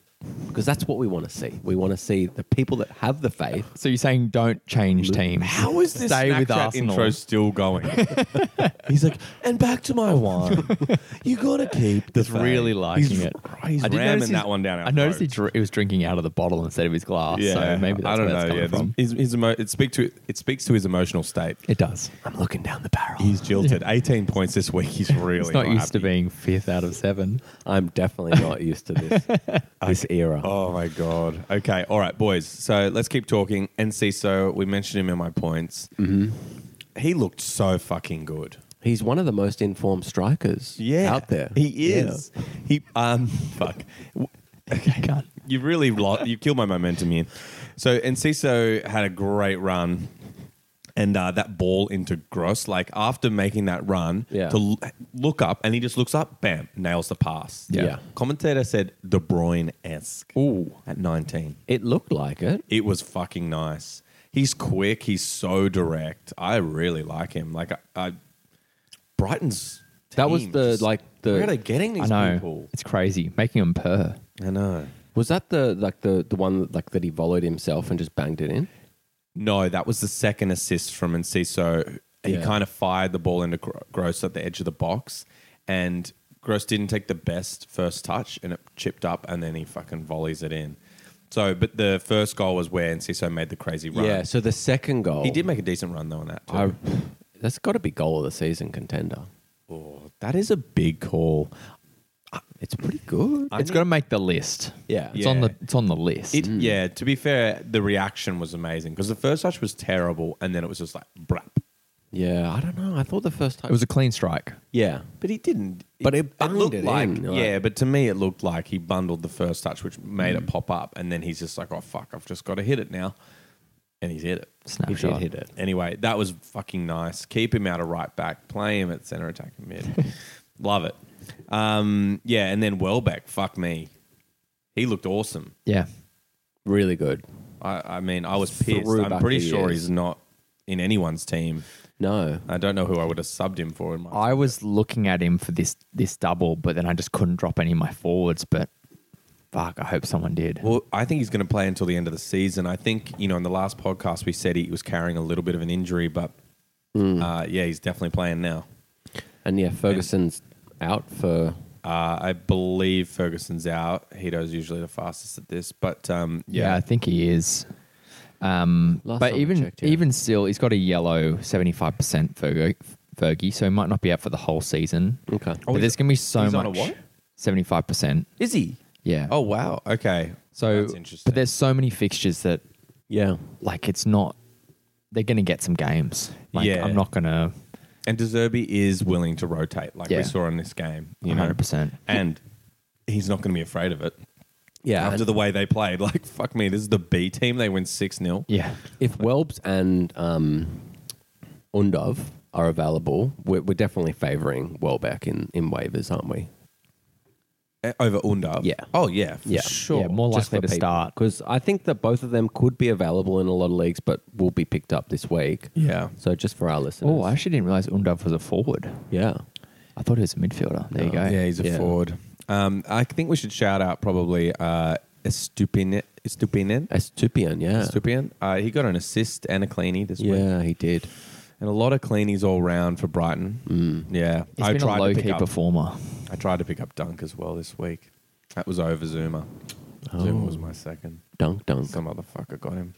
A: because that's what we want to see. We want to see the people that have the faith.
C: so you're saying don't change teams?
B: How is this
C: Stay with
B: Snapchat
C: Arsenal.
B: intro still going?
A: He's like, and back to my wine. you got to keep the
C: It's really liking it.
B: he's ramming
C: did notice he's-
B: that one down our
C: I noticed he,
B: throats.
C: dr- he was drinking out of the bottle instead of his glass. so maybe that's
B: I don't
C: where
B: know.
C: that's coming
B: yeah,
C: from.
B: His, his emo- it speaks to it speaks to his emotional state.
C: It does.
A: I'm looking down the barrel.
B: He's jilted. 18 points this week. He's really
C: It's Oh. not used to
B: happy.
C: being fifth out of seven.
A: I'm definitely not used to this this era.
B: Oh my god. Okay. All right, boys. So let's keep talking. And Ciso, we mentioned him in my points.
C: Mm-hmm.
B: He looked so fucking good.
A: He's one of the most informed strikers out there.
B: He is. He um fuck.
C: Okay, can't.
B: You've really lost. You've killed my momentum here. So Enciso had a great run, and uh, that ball into Gross. Like after making that run,
A: Yeah.
B: to l- look up and he just looks up, bam, nails the pass.
A: Yeah. Yeah.
B: Commentator said De Bruyne esque
A: Ooh.
B: at 19.
A: It looked like it.
B: It was fucking nice. He's quick. He's so direct. I really like him. Like I, I Brighton's.
A: That was
B: team
A: the,
B: just-
A: like, the-
B: where are they getting
C: I
B: these
C: know.
B: people?
C: It's crazy. Making them purr.
B: I know.
A: Was that the like the the one that, like that he volleyed himself and just banged it in?
B: No, that was the second assist from Enciso. He
A: Yeah.
B: kind of fired the ball into Gro- Gross at the edge of the box, and Gross didn't take the best first touch, and it chipped up, and then he fucking volleys it in. So, but the first goal was where Enciso made the crazy run.
A: Yeah. So the second goal,
B: he did make a decent run though on that. Too.
A: I, that's got to be goal of the season contender.
B: Oh, that is a big call.
A: It's pretty good.
B: I
C: it's
B: need-
C: got to make the list.
A: Yeah.
C: It's on
B: Yeah.
C: the it's on the list.
B: It,
A: Mm.
B: Yeah, to be fair, the reaction was amazing because the first touch was terrible, and then it was just like brap.
A: yeah. I don't know. I thought the first time
C: it was a clean strike.
A: yeah.
B: But he didn't.
A: But it bunged
B: looked
A: it
B: like,
A: in, like-
B: yeah. But to me, it looked like he bundled the first touch, which made
A: Mm.
B: it pop up, and then he's just like, "Oh fuck, I've just got to hit it now," and he's hit it.
A: He
C: Snapshot.
A: did hit it.
B: Anyway, that was fucking nice. Keep him out of right back. Play him at center attack and mid. Love it. Um, yeah, and then Welbeck. Fuck me, he looked awesome.
C: Yeah.
A: Really good.
B: I, I mean, I was pissed.
A: Throwback
B: I'm pretty
A: he
B: sure
A: is.
B: he's not in anyone's team.
A: No.
B: I don't know who I would have subbed him for. In my
C: I was looking at him for this this double, but then I just couldn't drop any of my forwards. But fuck, I hope someone did.
B: Well, I think he's going to play until the end of the season. I think, you know, in the last podcast, we said he was carrying a little bit of an injury, but
C: Hmm.
B: uh, yeah, he's definitely playing now.
A: And yeah, Ferguson's out for
B: Uh, I believe Ferguson's out. Hito's usually the fastest at this, but um,
C: yeah.
B: yeah.
C: I think he is. Um,
A: Last
C: but
A: time I
C: even
A: checked, yeah.
C: even still, he's got a yellow seventy five percent Fergie, Fergie, so he might not be out for the whole season.
A: okay.
B: Oh,
C: but
B: he's-
C: there's gonna be so
B: he's
C: much.
B: on a what?
C: Seventy five percent.
B: Is he?
C: Yeah.
B: Oh, wow. Okay.
C: so
B: that's interesting.
C: But there's so many fixtures that
A: Yeah.
C: like it's not. They're gonna get some games. Like,
B: Yeah.
C: I'm not gonna.
B: and Deserby is willing to rotate, like
C: Yeah.
B: we saw in this game, you
C: One
B: know,
C: hundred percent.
B: and he's not going to be afraid of it.
A: Yeah.
B: After
A: and
B: the way they played, like, fuck me, this is the B team. They win 6 0.
C: Yeah.
A: if Welbs and um, Undov are available, we're, we're definitely favouring Welbeck in in waivers, aren't we?
B: Over Undar.
A: Yeah.
B: Oh, yeah. For
A: Yeah.
B: Sure.
C: Yeah, more likely to start.
A: because I think that both of them could be available in a lot of leagues, but will be picked up this week.
B: Yeah.
A: So just for our listeners,
C: Oh, I actually didn't realize Undov was a forward.
A: yeah,
C: I thought he was a midfielder. There you go.
B: Yeah, he's a
A: Yeah.
B: forward. Um, I think we should shout out probably uh, Estupinen. Estupinen.
A: Estupian, yeah,
B: Estupinen. Uh, he got an assist and a cleanie this week,
A: yeah, he did.
B: and a lot of cleanies all round for Brighton.
A: Mm.
B: Yeah,
C: He's been a low
B: to pick
C: key
B: up.
C: performer.
B: I tried to pick up Dunk as well this week. That was over Zuma.
A: Oh.
B: Zuma was my second.
A: Dunk, dunk.
B: Some motherfucker got him.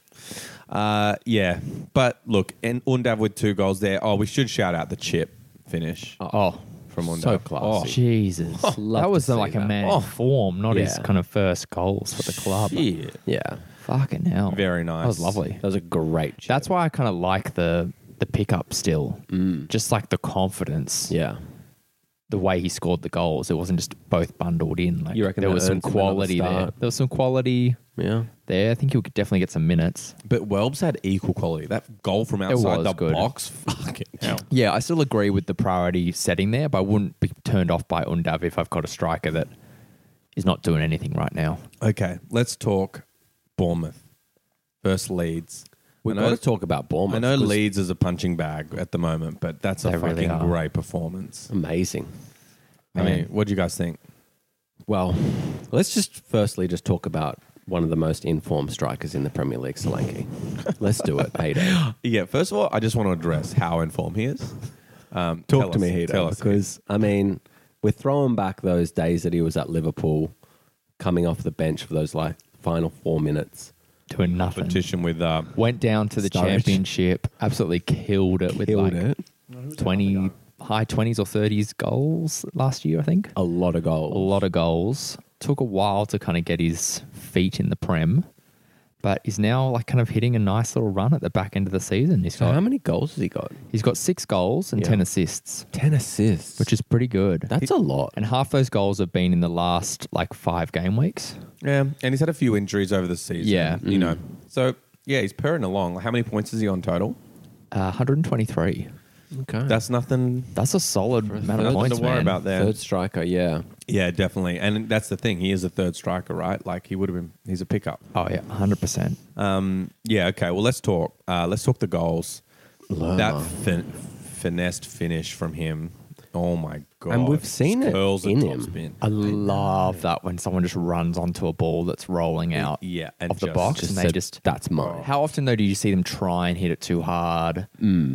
B: Uh, yeah, but look, and Undav with two goals there. Oh, we should shout out the chip finish
C: Oh,
B: from Undav.
A: so classy.
B: Oh,
C: Jesus.
A: love
C: that was
A: to see
C: like a
A: that.
C: man in form, not his
A: Yeah.
C: kind of first goals for the club.
B: shit.
A: Yeah,
C: Fucking hell.
B: Very
C: That was
B: nice.
C: lovely.
A: that was a great. Chip.
C: That's why I kind of like the the pickup still. Just like the confidence,
A: yeah,
C: the way he scored the goals. It wasn't just both bundled in. Like
A: You reckon
C: there
A: that
C: was some
A: earns him another
C: quality there.
A: start?
C: There was some quality
A: yeah.
C: there. I think he'll definitely get some minutes.
B: Oh, But Welbs had equal quality. That goal from outside
C: was
B: the
C: good.
B: box, fucking hell.
C: Yeah, I still agree with the priority setting there, but I wouldn't be turned off by Undav if I've got a striker that is not doing anything right now.
B: Okay, let's talk Bournemouth versus Leeds.
A: We've
B: I know-
A: got to talk about Bournemouth.
B: I know
A: 'cause
B: Leeds is a punching bag at the moment, but that's a
C: They
B: fucking
C: really are.
B: great performance.
A: amazing.
B: I mean, what do you guys think?
A: Well, let's just firstly just talk about one of the most informed strikers in the Premier League, Solanke. let's do it, Hayden.
B: Yeah, first of all, I just want to address how informed he is. Um, tell
A: Talk to
B: us-
A: me, Hayden,
B: Tell us.
A: because I mean, we're throwing back those days that he was at Liverpool, coming off the bench for those like final four minutes.
C: Doing nothing.
B: Competition with uh,
C: Went down to the
A: Sturridge.
C: championship, absolutely killed it with
A: Killed
C: like
A: it.
C: 20, high 20s or 30s goals last year, I think.
A: A lot of
C: A
A: goals.
C: lot of goals. Took a while to kind of get his feet in the Prem, but is now like kind of hitting a nice little run at the back end of the season. He's
A: So how
C: got,
A: many goals has he got?
C: he's got six goals and
A: Yeah.
C: 10 assists,
A: Ten assists,
C: which is pretty good.
A: that's a lot.
C: And half those goals have been in the last like five game weeks.
B: yeah, and he's had a few injuries over the season.
C: Yeah.
B: you know, so yeah, he's purring along. How many points is he on total?
C: Uh, 123.
A: Okay.
B: That's nothing.
C: That's a solid amount
B: nothing
C: of points,
B: to worry
C: man.
B: about there.
A: Third striker, yeah.
B: Yeah, definitely. And that's the thing. He is a third striker, right? Like he would have been. He's a pickup.
C: Oh yeah, 100%.
B: Um, yeah. Okay. Well, let's talk. Uh, let's talk the goals.
A: Lerma.
B: That fin- finessed finish from him. Oh my god!
A: And we've seen
B: Just
A: it
B: curls
A: in
B: a
A: him.
B: topspin.
C: I love that when someone just runs onto a ball that's rolling out
B: Yeah, and
C: of the
B: just-
C: box
B: just
C: and they
A: said,
C: just Oh.
A: "That's mine."
C: How often though do you see them try and hit it too hard,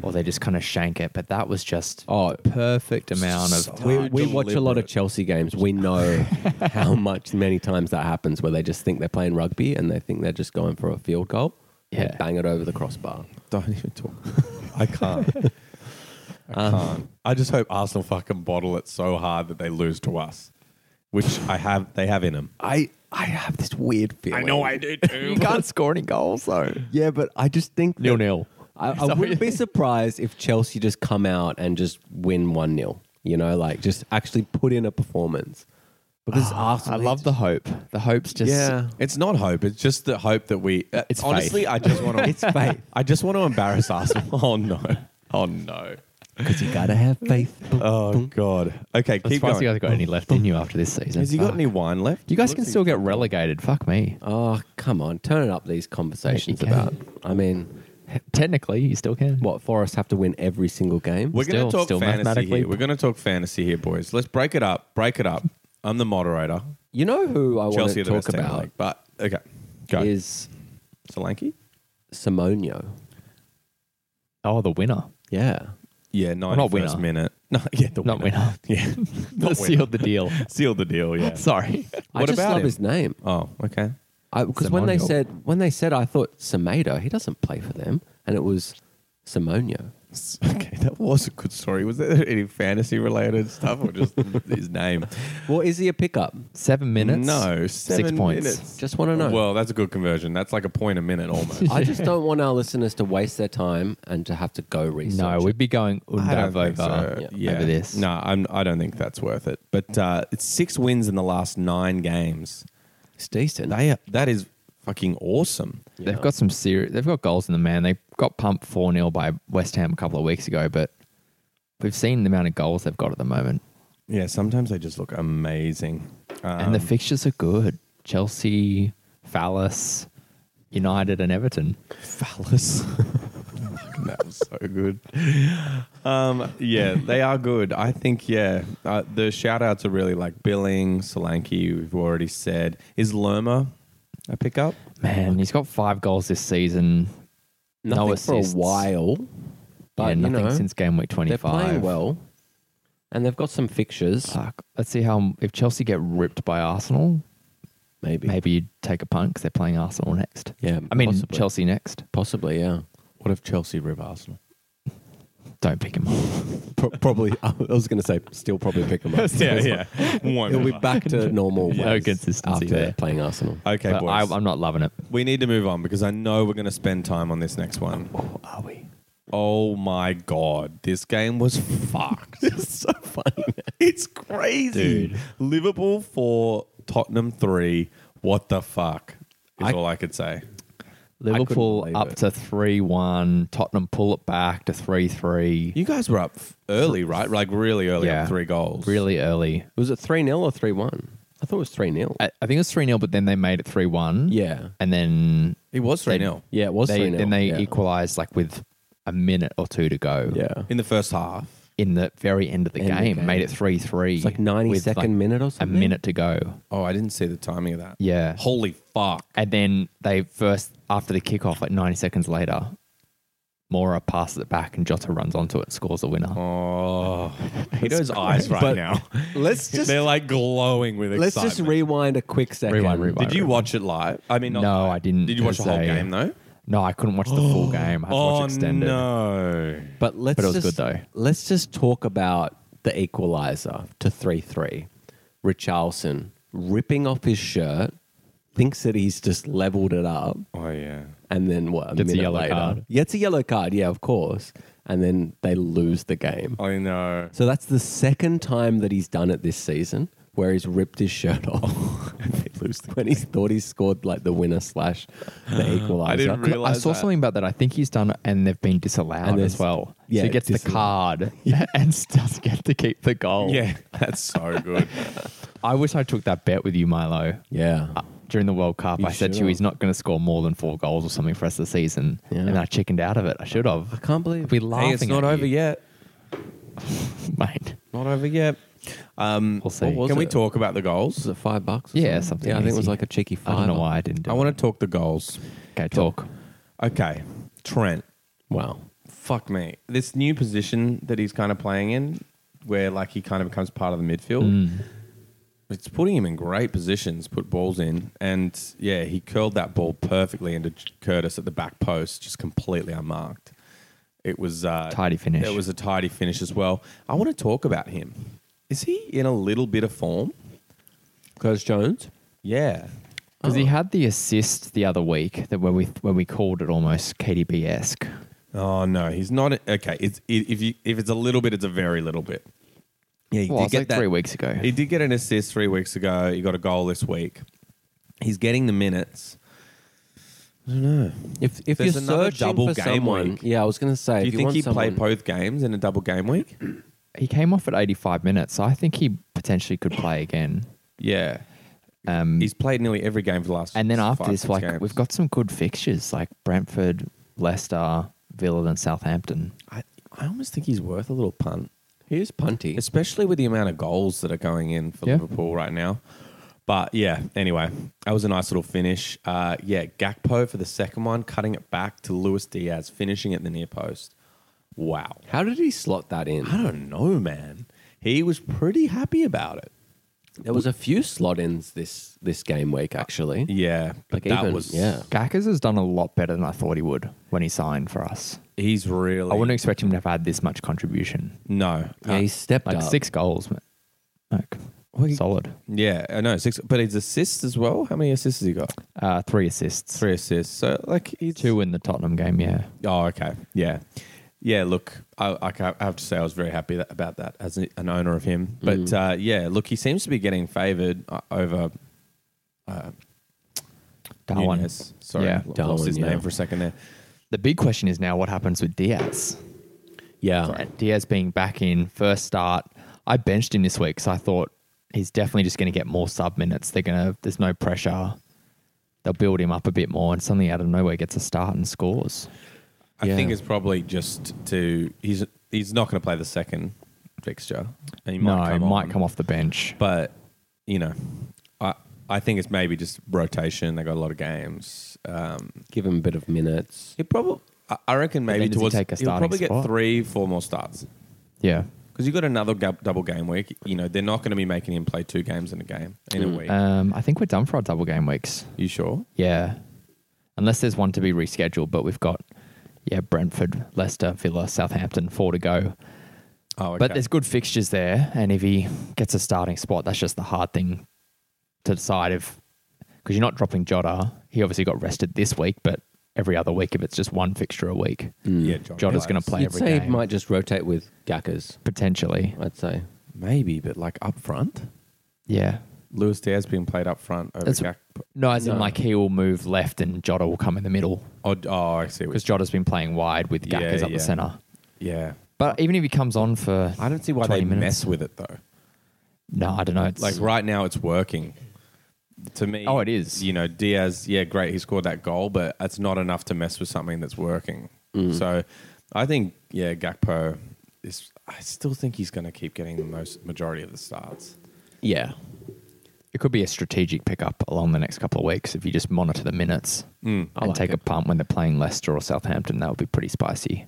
C: or they just kind of shank it? But that was just
A: Oh,
C: the perfect amount of
B: so-
A: We,
B: Time
A: we watch a lot of
B: deliberate.
A: Chelsea games. We know how much, many times that happens where they just think they're playing rugby and they think they're just going for a field goal. They
C: Yeah.
A: bang it over the crossbar.
B: Don't even talk. I can't. I can't. I just hope Arsenal fucking bottle it so hard that they lose to us, which I have. They have in them.
A: I, I have this weird feeling.
B: do too.
C: you can't score any goals though.
A: Yeah, but I just think. that-
C: Nil nil.
A: I,
C: Is
A: I
C: that what
A: wouldn't
C: you-
A: be surprised if Chelsea just come out and just win 1 0. You know, like just actually put in a performance. Because
C: Ah, I
A: Arsenal.
C: love the hope. The hope's just
A: Yeah.
B: It's not hope. It's just the hope that we. uh,
C: It's
B: honestly, I just want to.
A: It's faith.
B: I just want to embarrass Arsenal. Oh no! Oh no!
A: Because you got to have faith.
B: Oh god! Okay,
C: I'm
B: keep
C: surprised
B: going.
C: you guys got any left in you after this season.
B: Has he got Uh,
C: Fuck.
B: any wine left?
C: You guys can still get relegated. Fuck me.
A: Oh, come on. Turn it up these conversations
C: can.
A: about. I mean,
C: Technically, you still can.
A: what? Forest have to win every single game?
B: We're going
C: Still-
B: to talk
C: still
B: fantasy
C: mathematically-
B: here. We're going to talk fantasy here, boys. Let's break it up. Break it up. I'm the moderator.
A: You know who I want
B: Chelsea
A: to
B: are the best
A: talk
B: team in the
A: about
B: league, but okay, go.
A: is
B: Solanke?
A: Simonio.
C: Oh, the winner.
A: Yeah.
B: Yeah,
C: not
B: 91st
C: winner.
B: minute. No, yeah, the
C: Not winner.
B: Yeah,
C: That sealed the deal.
B: sealed the deal. Yeah.
C: Sorry.
A: I
B: What
A: just
B: about
A: love
B: him?
A: his name.
B: Oh, okay.
A: Because when they
C: Simonio.
A: said when they said I thought Semedo, he doesn't play for them, and it was Simonio.
B: S- Okay, that was a good story. Was there any fantasy related stuff or just his name?
A: Well, is he a pickup?
C: Seven minutes.
B: No, seven
C: Six points.
B: minutes.
A: Just want to know.
B: Well, that's a good conversion. That's like a point a minute almost.
A: I just don't want our listeners to waste their time and to have to go research.
C: No,
A: it.
C: we'd be going undav over,
B: so. Yeah.
C: over this.
B: No, I'm, I don't think that's worth it. But uh, it's six wins in the last nine games.
A: it's decent.
B: They that is fucking awesome.
A: Yeah.
C: They've got some serious. They've got goals in the man. They got pumped four 0 by West Ham a couple of weeks ago, but we've seen the amount of goals they've got at the moment,
B: Yeah, sometimes they just look amazing. Um,
C: and the fixtures are good. Chelsea, Fallas, United, and Everton.
B: phallus. that was so good. Um, yeah, they are good. I think, yeah, uh, the shout outs are really like Billing, Solanke, we've already said. Is Lerma a pickup?
C: Man, he's got five goals this season.
A: Nothing
C: no
A: for a
C: assists.
A: while,
C: yeah,
A: but you
C: nothing
A: know
C: since game week twenty
A: they're
C: five.
A: playing well, Uh, and they've got some fixtures.
C: Fuck. Let's see how if Chelsea get ripped by Arsenal,
A: maybe,
C: maybe you take a punt because they're playing Arsenal next.
A: Yeah,
C: I mean
A: possibly.
C: Chelsea next.
A: possibly, yeah.
B: What if Chelsea rip Arsenal?
C: Don't pick him up.
A: Pro- probably, I was going to say, still probably pick them up.
B: Yeah, yeah. Won't
A: He'll be
B: ever.
A: back to normal.
C: No
A: ways
C: consistency
A: after
C: there.
A: playing Arsenal.
B: Okay,
C: But
B: boys.
C: I, I'm not loving it.
B: we need to move on because I know we're going to spend time on this next one.
C: Are we?
B: Oh my god, this game was fucked. it's so funny. It's crazy.
C: Dude.
B: Liverpool four, Tottenham three. What the fuck? Is
C: I-
B: all I could say.
C: Liverpool
B: believe
C: up
B: it.
C: to 3 1. Tottenham pull it back to 3 3.
B: You guys were up f- early, right? Like really early,
C: Yeah.
B: up three goals.
C: Really early.
A: Was it 3 0 or 3 1? I thought it was 3 0.
C: I, I think it was 3 0, but then they made it 3 1.
A: Uh, Yeah.
C: And then
B: It was three 0
A: Yeah, it was 3
C: they,
A: 0.
C: then they
A: yeah.
C: equalised like with a minute or two to go
A: Yeah.
B: in the first half.
C: in the very end of the,
A: End of the
C: game,
A: game.
C: Made it 3 3.
A: It's like 90 second minute or
C: A
A: something.
C: minute to go.
B: Oh, I didn't see the timing of that.
C: Yeah.
B: Holy fuck!
C: And then they first, after the kickoff, like 90 seconds later, Mora passes it back and Jota runs onto it and scores the winner.
B: Oh, Hito's eyes right
A: But
B: now.
A: Let's just
B: They're like glowing with
A: let's
B: excitement.
A: just rewind a quick second.
C: Rewind, rewind.
B: Did you watch it live? I mean, not
C: No,
B: live.
C: I didn't,
B: Did you watch the whole
C: per se.
B: game though?
C: No, I couldn't watch the full game. I had to
A: Oh,
C: watch extended.
B: Oh, no!
A: But let's
C: But it was
A: just,
C: good, though.
A: Let's just talk about the equalizer to 3 3. Richarlison ripping off his shirt, thinks that he's just leveled it up.
B: Oh yeah.
A: And then what? A
C: Gets a
A: minute
C: yellow
A: later,
C: card.
A: gets a yellow card. Yeah, of course. And then they lose the game.
B: I know.
A: So that's the second time that he's done it this season, where he's ripped his shirt off.
B: lose the
A: when he thought he scored like the winner slash the equalizer.
B: I didn't
C: I
B: realize
C: saw
B: that.
C: something about that. I think he's done, and they've been disallowed
A: And
C: as
A: there's-
C: well.
A: yeah,
C: so he gets
A: disallowed.
C: the card and doesn't get to keep the goal.
B: Yeah, that's so good.
C: I wish I took that bet with you, Milo. Uh,
A: yeah.
C: During the World Cup,
A: You
C: I said to
A: should've.
C: you, he's not going to score more than four goals or something for us this season.
A: Yeah.
C: And I chickened out of it. I should
A: I
C: have.
A: can't believe
C: We're laughing.
B: hey, it's not
C: at
B: over
C: you,
B: yet.
C: mate.
B: Not over yet. Um,
C: We'll see.
A: Mm, what was
B: can we
A: it?
B: talk about the
A: was
B: goals?
A: it five bucks? or
C: Yeah, something
A: Yeah, I think it was
C: easy.
A: like a cheeky
C: I
A: five.
C: don't know why I didn't do
B: I want to talk the goals.
C: to. Okay, talk.
B: Okay, Trent.
A: Wow.
B: Fuck me. This new position that he's kind of playing in, where like he kind of becomes part of the
C: Mm.
B: midfield, it's putting him in great positions, put balls in, and yeah, he curled that ball perfectly into J- Curtis at the back post, just completely unmarked. It was uh,
C: Tidy finish.
B: It was a tidy finish as well. I want to talk about him. Is he in a little bit of form?
A: Curtis Jones?
B: Yeah.
C: Because
A: Oh.
C: he had the assist the other week that where we where we called it almost KDB esque.
B: Oh no, he's not. Okay, it's i- if you if it's a little bit, it's a very little bit. Yeah, he
C: Well, it was like three weeks ago.
B: He did get an assist three weeks ago. He got a goal this week. He's getting the minutes.
A: If if
B: There's
A: you're
B: another
A: searching
B: double
A: for
B: game
A: someone,
B: week.
A: yeah, I was going to say.
B: Do you,
A: if
B: think
A: want
B: he
A: someone,
B: played both games in a double game week?
C: He came off at 85 minutes, so I think he potentially could play again.
B: Yeah,
C: Um,
B: he's played nearly every game for the last.
C: and then after
B: five,
C: this,
B: six
C: like
B: games.
C: we've got some good fixtures like Brentford, Leicester, Villa, and Southampton.
B: I, I almost think he's worth a little punt,
A: He is punty.
B: especially with the amount of goals that are going in for
C: Yeah.
B: Liverpool right now. But yeah, anyway, that was a nice little finish. Uh, yeah, Gakpo for the second one, cutting it back to Luis Diaz, finishing at the near post. Wow.
A: How did he slot that in?
B: I don't know, man. He was pretty happy about it.
A: There was a few slot ins this this game week actually.
B: Yeah, but
A: Like
B: that
A: even-
B: was
A: yeah.
C: Gackers has done a lot better than I thought he would when he signed for us.
B: He's really
C: I wouldn't expect him to have had this much contribution.
B: no. uh,
A: Yeah, he stepped
C: Like
A: up.
C: six goals, man. Like solid.
B: yeah, I know six, but his assists as well. How many assists has he got?
C: Uh, three assists.
B: Three assists. So like he's
C: Two in the Tottenham game, yeah.
B: Oh, okay. Yeah. Yeah, look, I, I ca- I have to say I was very happy that, about that as a- an owner of him. But
A: Mm.
B: uh, yeah, look, he seems to be getting favoured uh, over
C: Darwin.
B: Nunes. Sorry,
C: Yeah.
B: lost
A: Darwin,
B: his
A: yeah.
B: name for a second there.
C: The big question is now what happens with Diaz?
A: Yeah.
C: Right. Diaz being back in first start. I benched him this week because I thought he's definitely just going to get more sub minutes. They're going to. There's no pressure. They'll build him up a bit more, and suddenly out of nowhere gets a start and scores.
B: I
A: Yeah.
B: think it's probably just to he's he's not going to play the second fixture. And he
C: no, he might
B: on.
C: come off the bench.
B: But you know, I I think it's maybe just rotation. They got a lot of games. Um,
A: Give him a bit of minutes.
B: he probably, I- I reckon, maybe
C: then does he
B: towards
C: take a
B: he'll
C: starting
B: probably get
C: spot?
B: three, four more starts
C: yeah.
B: because you got another gab- double game week. You know, they're not going to be making him play two games in a game in a week.
C: Um, I think we're done for our double game weeks.
B: you sure?
C: Yeah. Unless there's one to be rescheduled, but we've got yeah Brentford, Leicester, Villa, Southampton, four to go.
B: Oh, okay.
C: But there's good fixtures there, and if he gets a starting spot, that's just the hard thing to decide if because you're not dropping Jota. He obviously got rested this week, but every other week, if it's just one fixture a week,
B: yeah, Jota
C: Jota's going to
B: plays.
C: Mm.
A: Mm. You'd
C: play every
A: say he
C: game
A: might just rotate with Gackers.
C: potentially.
A: I'd say.
B: maybe, but like up front,
C: Yeah,
B: Lewis Diaz being played up front over.
C: That's-
B: Gak-
C: no, as
A: No.
C: in like he will move left and Jota will come in the middle
B: oh, oh, I see.
C: because
B: What,
C: Jota's been playing wide with
B: Yeah,
C: Gackers up
B: yeah.
C: the center.
B: yeah,
C: But even if he comes on for,
B: I don't see why they
C: 20 minutes.
B: mess with it though.
C: no, I don't know. It's
B: like right now it's working to me
C: Oh, it is.
B: you know diaz yeah great he scored that goal but that's not enough to mess with something that's working so i think yeah gakpo is i still think he's going to keep getting the most majority of the starts
A: Yeah.
C: it could be a strategic pickup along the next couple of weeks if you just monitor the minutes
A: I
C: and
A: like
C: take
A: it.
C: a punt when they're playing Leicester or Southampton. That would be pretty spicy.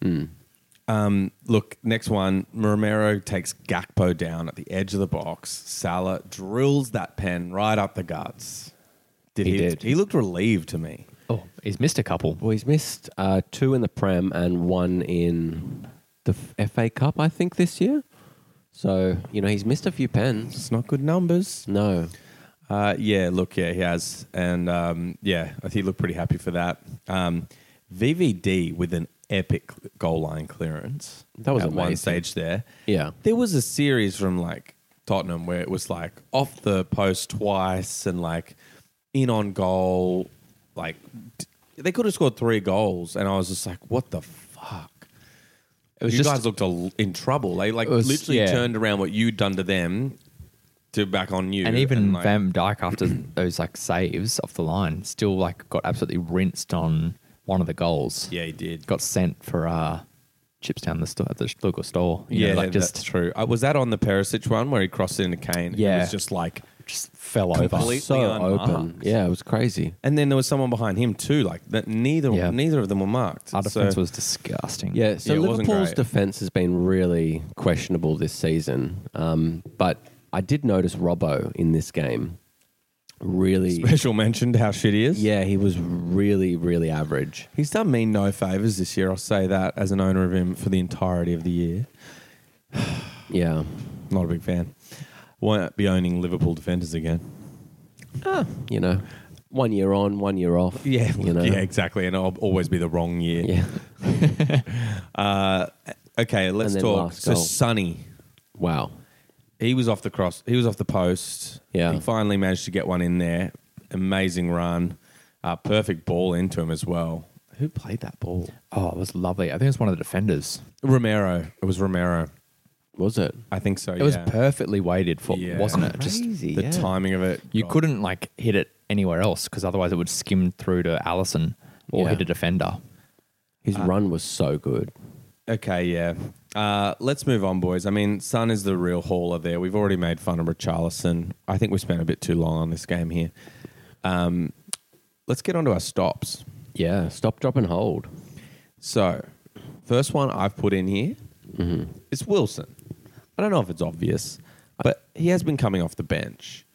B: um, look next one romero takes gakpo down at the edge of the box salah drills that pen right up the guts did
A: He
B: he,
A: did.
B: he looked relieved to me
C: Oh, he's missed a couple.
A: Well, he's missed uh, two in the Prem and one in the F- FA Cup, I think, this year. So you know he's missed a few pens.
B: it's not good numbers
A: No,
B: Uh, yeah, look, yeah, he has, and um, yeah, I think he looked pretty happy for that. Um, VVD with an epic goal line clearance.
A: That was
B: at one
A: amazing.
B: stage there.
A: Yeah.
B: there was a series from like Tottenham where it was like off the post twice, and like in on goal. Like t- they could have scored three goals, and I was just like, "What the fuck."
C: It was
B: you
C: just
B: guys looked a, in trouble. They like
C: It was-
B: literally
C: yeah.
B: turned around what you'd done to them to back on you.
C: and even
B: like,
C: Van Dyke after those like saves off the line still like got absolutely rinsed on one of the goals.
B: yeah, he did.
C: got sent for uh, chips down the store at the local store. You know, like
B: that's
C: just
B: true. I was that on the Perisic one where he crossed it into Kane.
C: Yeah.
B: it was just like,
C: just fell over.
B: Completely
A: so
B: unmarked.
A: open. Yeah, it was crazy.
B: and then there was someone behind him too. Like that, neither
C: Yeah.
B: neither of them were marked.
C: Our defense
B: So-
C: was disgusting.
A: Yeah, so
B: Yeah, it wasn't
A: Liverpool's
B: great.
A: defense has been really questionable this season. Um, but I did notice Robbo in this game really.
B: special mention to how shit he is.
A: Yeah, he was really, really average.
B: He's done me no favors this year. I'll say that as an owner of him for the entirety of the year.
A: Yeah.
B: Not a big fan. Won't be owning Liverpool defenders again.
A: You know, one year on, one year off.
B: Yeah,
A: You know?
B: yeah, exactly. And it'll always be the wrong year.
A: Yeah.
B: Uh, okay, let's
A: then
B: talk.
A: last
B: So
A: goal.
B: Sonny,
A: Wow.
B: he was off the cross. He was off the post.
A: Yeah.
B: he finally managed to get one in there. Amazing run. Uh, perfect ball into him as well. Who played that ball?
C: Oh, it was lovely. I think it was one of the defenders.
B: Romero. It was Romero.
A: Was it?
B: I think so.
C: It was
B: yeah.
C: perfectly weighted for,
B: Yeah.
C: wasn't it? Just
A: Crazy.
B: The
A: yeah.
B: timing of it.
C: you
B: God.
C: couldn't like hit it anywhere else because otherwise it would skim through to Allison or
A: Yeah.
C: hit a defender.
A: His run was so good.
B: Okay, yeah. Uh, let's move on, boys. I mean, Sun is the real hauler there. We've already made fun of Richarlison. I think we spent a bit too long on this game here. Um, let's get on to our stops.
A: Yeah. Stop, drop, and hold.
B: So, first one I've put in here
A: Mm-hmm.
B: is Wilson. I don't know if it's obvious, but he has been coming off the bench.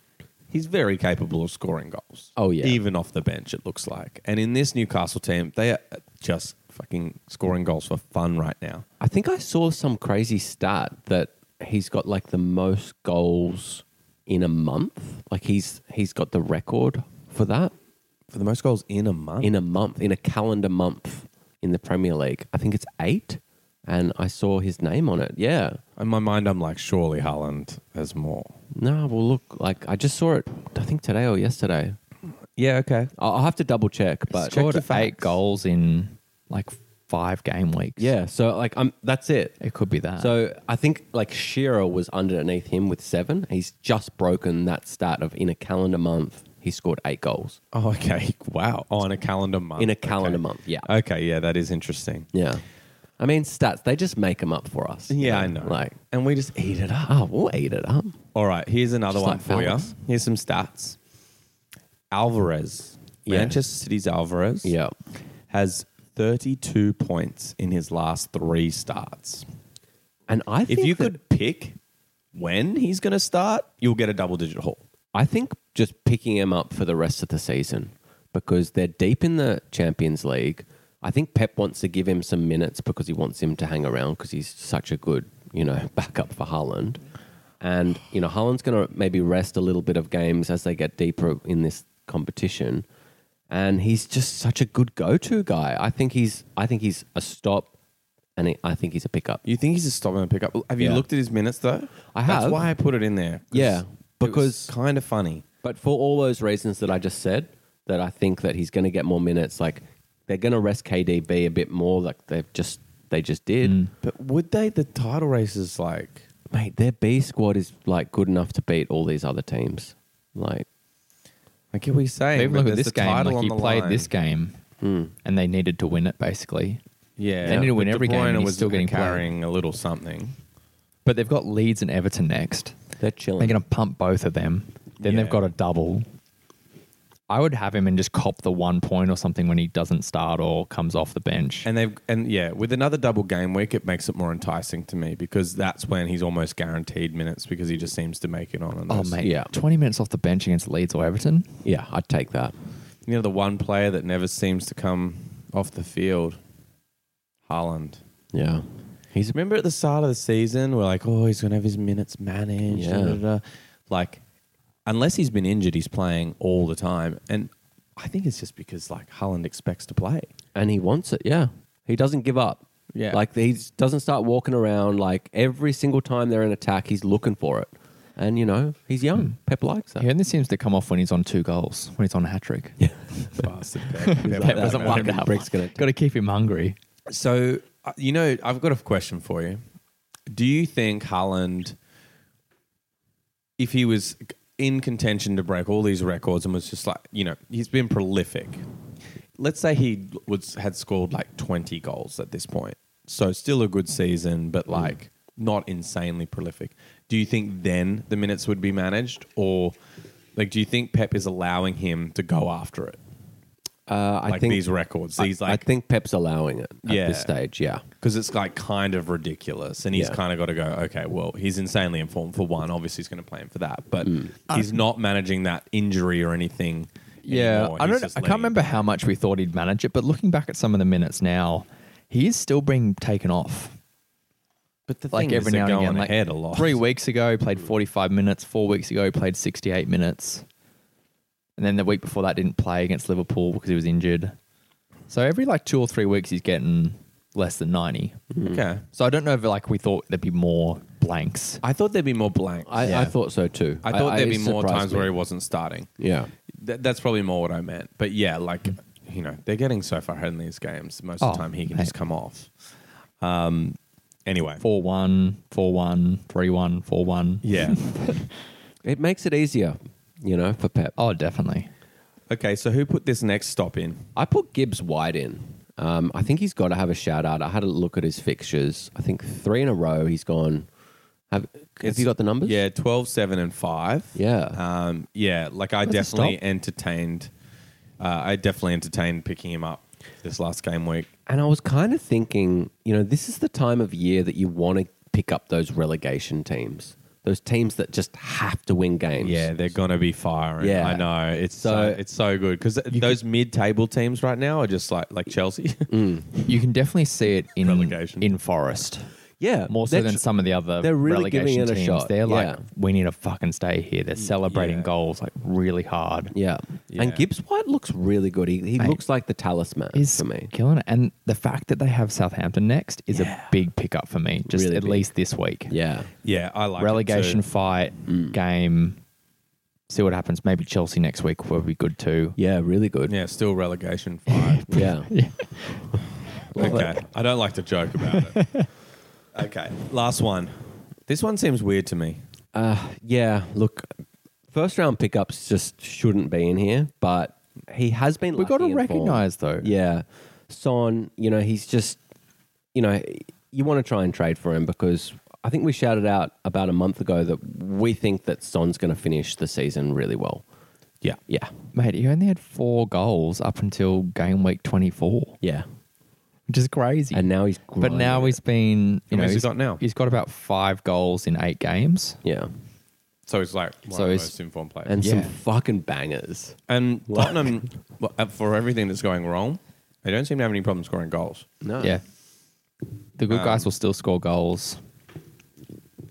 B: He's very capable of scoring goals.
A: Oh, yeah.
B: even off the bench, it looks like. And in this Newcastle team, they are just fucking scoring goals for fun right now.
A: I think I saw some crazy stat that he's got like the most goals in a month. Like he's he's got the record for that
B: For the most goals in a month,
A: in a month, in a calendar month in the Premier League. I think it's 8 and I saw his name on it. Yeah.
B: In my mind, I'm like, surely Holland has more.
A: No, well look, like I just saw it I think today or yesterday.
B: Yeah, okay.
A: I'll, I'll have to double check, but
C: Scored
B: your
C: eight
B: facts.
C: goals in like five game weeks.
A: yeah, so like I'm that's it.
C: It could be
B: Uh.
C: that.
A: So I think like Shearer was underneath him with seven. He's just broken that stat of in a calendar month he scored eight goals
B: Oh, okay. Wow. On a calendar month.
A: in a calendar
B: Oh, Okay.
A: month. Yeah,
B: Okay, yeah, that is interesting.
A: yeah. I mean stats they just make them up for us.
B: Yeah, I know.
A: Like
B: and we just eat it up.
A: oh, we'll eat it up.
B: All right, here's another
A: Just
B: one
A: like
B: for
A: Palace.
B: you. Here's some stats. Alvarez,
A: Yeah.
B: Manchester City's Alvarez,
A: Yeah,
B: has 32 points in his last three starts.
A: and I think
B: If you
A: that-
B: could pick when he's going to start, you'll get a double digit haul.
A: I think just picking him up for the rest of the season because they're deep in the Champions League. I think Pep wants to give him some minutes because he wants him to hang around because he's such a good, you know, backup for Haaland. And, you know, Haaland's going to maybe rest a little bit of games as they get deeper in this competition. And he's just such a good go-to guy. I think he's I think he's a stop and he- I think he's a pickup.
B: You think he's just stopping and pick up? Have you
A: Yeah.
B: looked at his minutes though?
A: I
B: That's
A: have.
B: why I put it in there. 'cause
A: Yeah, because-
B: it was kind of funny.
A: But for all those reasons that I just said, that I think that he's going to get more minutes. Like they're going to rest KDB a bit more, like they've just they just did.
C: Mm.
B: But would they? The title race is like
A: Mate, their B squad is like good enough to beat all these other teams. Like
B: I get what you're saying.
C: even
B: but
C: look at
B: there's
C: this
B: the
C: game.
B: title
C: Like
B: on
C: he
B: the
C: played
B: line.
C: this game,
A: Hmm.
C: and they needed to win it basically.
B: Yeah,
C: They need to win
B: but De
C: every game, and
B: Bruyne
C: he's
B: was
C: still getting played.
B: carrying a little something.
C: But they've got Leeds and Everton next.
A: they're chilling.
C: They're going to pump both of them. Then
B: Yeah.
C: they've got a double. I would have him and just cop the one point or something when he doesn't start or comes off the bench.
B: And they've and yeah, with another double game week, it makes it more enticing to me because that's when he's almost guaranteed minutes because he just seems to make it on. on
C: oh,
B: those.
C: mate.
A: yeah.
C: 20 minutes off the bench against Leeds or Everton.
A: yeah, I'd take that.
B: you know the one player that never seems to come off the field, Haaland.
A: Yeah, he's a
B: Remember at the start of the season, we're like, oh, he's going to have his minutes managed.
A: Yeah.
B: da, da, da. Like, unless he's been injured, he's playing all the time. And I think it's just because, like, Holland expects to play.
A: and he wants it. Yeah, he doesn't give up.
B: Yeah.
A: like he doesn't start walking around. Like every single time they're in attack, he's looking for it. And, you know, he's young. Pep likes that.
C: He only seems to come off when he's on two goals, when he's on a hat trick.
B: Bastard. Pep. Pep
C: Pep doesn't like that.
A: Brick's gonna-
C: Got to keep him hungry.
B: So, uh, you know, I've got a question for you. Do you think Haaland, if he was in contention to break all these records and was just like, you know, he's been prolific. Let's say he was had scored like 20 goals at this point. So still a good season,
A: Mm.
B: but like not insanely prolific. Do you think then the minutes would be managed or like do you think Pep is allowing him to go after it?
A: Uh, I
B: Like
A: think
B: these records,
A: I-
B: these
A: I,
B: like
A: think Pep's allowing it at
B: Yeah.
A: this stage. Yeah.
B: because it's like kind of ridiculous, and he's
A: Yeah.
B: kind of got to go. Okay, well, he's insanely informed for one. Obviously, he's going to play him for that, but he's not managing that injury or anything.
C: Yeah,
B: anymore.
C: I
B: He's
C: don't.
B: just
C: I can't
B: letting-
C: remember how much we thought he'd manage it, but looking back at some of the minutes now, he is still being taken off.
B: But the
C: Like
B: thing
C: every
B: is, they're
C: now
B: going
C: and again, like
B: ahead a lot. Mm.
C: three weeks ago, he played forty-five minutes. Four weeks ago, he played sixty-eight minutes, and then the week before that, didn't play against Liverpool because he was injured. So every like two or three weeks, he's getting less than ninety.
B: Okay,
C: So I don't know if like we thought there'd be more blanks.
B: I thought there'd be more blanks.
A: I, I thought so too.
B: I thought there'd be more
A: surprised
B: times
A: me.
B: where he wasn't starting.
A: Yeah.
B: Th- that's probably more what I meant. But yeah, like you know, they're getting so far ahead in these games. Most of
C: Oh,
B: the time, he can
C: hey.
B: just come off. Um. Anyway,
C: 4-1, 4-1, 3-1, 4-1.
B: yeah.
A: It makes it easier, you know, for Pep.
C: Oh, definitely.
B: okay, so who put this next stop in?
A: I put Gibbs White in. Um, I think he's got to have a shout out. I had a look at his fixtures. I think three in a row he's gone. Have, have
B: It's-
A: you got the numbers?
B: Yeah, 12, 7, and 5.
A: Yeah.
B: Um, yeah, like I
C: That's a
B: definitely
C: stop.
B: entertained. Uh, I definitely entertained picking him up this last game week.
A: And I was kind of thinking, you know, this is the time of year that you want to pick up those relegation teams, those teams that just have to win games.
B: Yeah, they're gonna be firing.
A: Yeah.
B: I know. It's so,
A: So-
B: it's so good because those mid-table teams right now are just like like Chelsea.
A: Mm.
C: You can definitely see it in
B: Relegation.
C: in Forest
A: Yeah.
C: more so
A: They're
C: than
A: tr-
C: some of the other
A: they're really
C: relegation
A: giving it a
C: teams.
A: shot,
C: They're like,
A: yeah.
C: we need to fucking stay here. They're celebrating
B: yeah.
C: goals like really hard.
A: Yeah. And
B: Yeah.
A: Gibbs White looks really good. He, he looks like the talisman
C: He's
A: for me.
C: killing it. And the fact that they have Southampton next is
A: Yeah.
C: a big pickup for me. Just
A: Really
C: at
A: big.
C: least this week.
A: Yeah.
B: yeah, I like it
C: Relegation
B: too.
C: fight
A: Mm.
C: game. See what happens. Maybe Chelsea next week will be good too.
A: Yeah, really good.
B: Yeah, still relegation five.
A: Yeah.
B: okay, I don't like to joke about it. okay, last one. This one seems weird to me.
A: Uh, yeah. Look, first round pickups just shouldn't be in here, but he has been.
C: We've got
A: lucky
C: to
A: in form.
C: recognise though.
A: Yeah. Son, you know, he's just, you know, you want to try and trade for him because I think we shouted out about a month ago that we think that Son's going to finish the season really well.
B: Yeah,
A: Yeah.
C: Mate, he only had four goals up until game week 24,
A: Yeah.
C: which is crazy.
A: And now he's.
C: but now
A: grinding
C: he's been, you
B: How
C: know,
B: many's he
C: he's-
B: got now?
C: He's got about five goals in eight games.
A: it. Yeah.
B: so it's like one
C: So
B: of the
C: it's-
B: most informed players.
A: And some
C: Yeah.
A: fucking bangers.
B: And Tottenham, well, uh, for everything that's going wrong, they don't seem to have any problem scoring goals.
A: No.
C: Yeah. The good
B: Um,
C: guys will still score goals.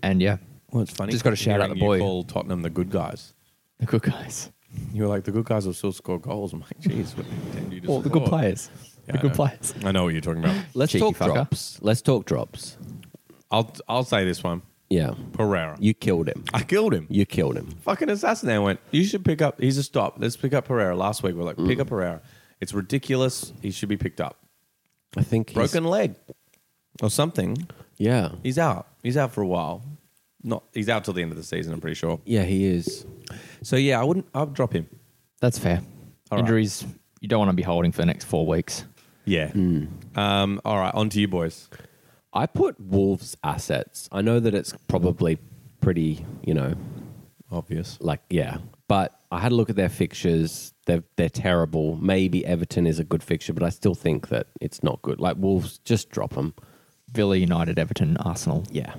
C: And yeah,
B: Well, it's funny.
C: Just gotta shout out
B: hearing
C: the
B: you
C: boy.
B: Call Tottenham the good guys.
C: the good guys.
B: You were like, the good guys will still score goals. I'm like, jeez, what do you intend you to
C: Well, the good
B: score?
C: players.
B: Yeah,
C: the
B: I
C: good
B: know.
C: players.
B: I know what you're talking about.
A: Let's
C: Cheeky
A: talk
C: fucker.
A: drops. Let's talk drops.
B: I'll I'll say this one.
A: Yeah.
B: Pereira.
A: You killed him.
B: I killed him.
A: You killed him.
B: fucking assassinate. I went, you should pick up. He's a stop. Let's pick up Pereira. Last week we are like, pick
C: Mm.
B: up Pereira. It's ridiculous. He should be picked up.
A: I think he's,
B: Broken leg or something.
A: Yeah.
B: He's out. He's out for a while. Not. He's out till the end of the season. I'm pretty sure.
A: Yeah, he is.
B: So yeah, I wouldn't. I'd drop him.
C: That's fair.
B: All right.
C: Injuries, you don't want to be holding for the next four weeks.
B: Yeah.
A: Hmm.
B: Um, all right, on to you boys.
A: I put Wolves assets. I know that it's probably pretty, you know,
B: Obvious.
A: like yeah. But I had a look at their fixtures. They're they're terrible. Maybe Everton is a good fixture, but I still think that it's not good. Like Wolves, just drop them.
C: Villa United, Everton, Arsenal.
A: Yeah.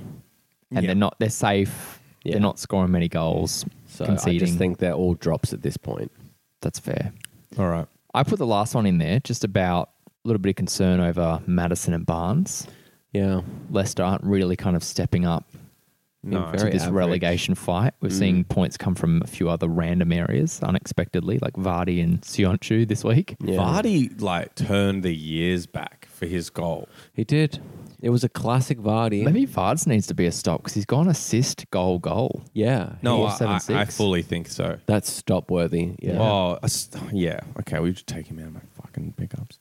B: Yeah.
C: And they're not, they're safe.
A: Yeah.
C: They're not scoring many goals.
A: So
C: conceding.
A: I just think they're all drops at this point.
C: That's fair.
B: All right.
C: I put the last one in there just about a little bit of concern over Madison and Barnes.
A: Yeah.
C: Leicester aren't really kind of stepping up
B: No.
A: Very
C: to this
A: average. Mm.
C: relegation fight. We're seeing points come from a few other random areas unexpectedly, like Vardy and Sionchu this week.
A: Yeah.
B: Vardy like turned the years back for his goal.
A: He did. It was a classic Vardy.
C: Maybe Vards needs to be a stop because he's gone assist, goal, goal.
A: Yeah.
B: No, I,
A: he-
B: I, I
C: 476.
B: fully think so.
A: that's stop worthy. Yeah.
B: Oh, I s- yeah. Okay, we should take him out of my fucking pickups.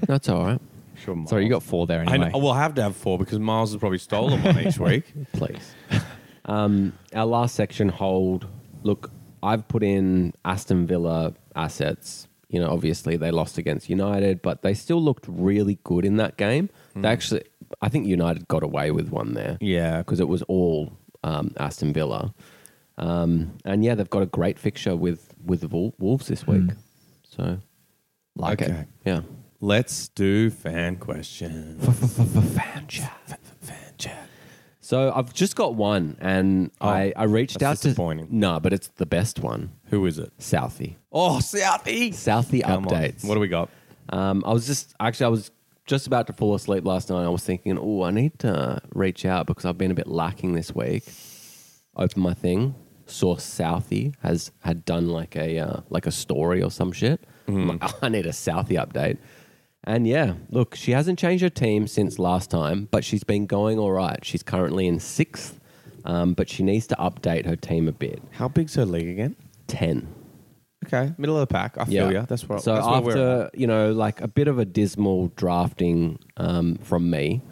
A: That's all right.
B: Sure,
C: Sorry, you got four there
B: I
C: anyway.
B: know, we'll have to have four because Miles has probably stolen one each week.
A: Please. um, our last section hold. Look, I've put in Aston Villa assets. You know, obviously they lost against United, but they still looked really good in that game.
B: Hmm.
A: They actually, I think United got away with one there.
B: Yeah,
A: because it was all um, Aston Villa. Um, and yeah, they've got a great fixture with with the Wol- Wolves this week. So
C: like it.
B: Hmm. Okay.
A: yeah,
B: Let's do fan question.
A: fan chat. So I've just got one, and I, I reached
B: Oh, that's
A: out to
B: disappointing.
A: no, but it's the best one.
B: Who is it?
A: Southie,
B: Oh, Southie.
A: Southie
B: Come on.
A: updates.
B: What do we got?
A: Um, I was just actually I was just about to fall asleep last night. I was thinking, oh, I need to reach out because I've been a bit lacking this week. Open my thing. Saw Southie has had done like a uh, like a story or some shit. I'm
B: Mm-hmm.
A: like, "Oh, I need a Southie update. And yeah, look, she hasn't changed her team since last time, but she's been going all right. She's currently in sixth, um, but she needs to update her team a bit.
B: How big's her league again?
A: Ten.
B: Okay, middle of the pack. I feel ya. That's what.
A: So
B: that's where
A: after
B: we're at.
A: you know, like a bit of a dismal drafting um, from me,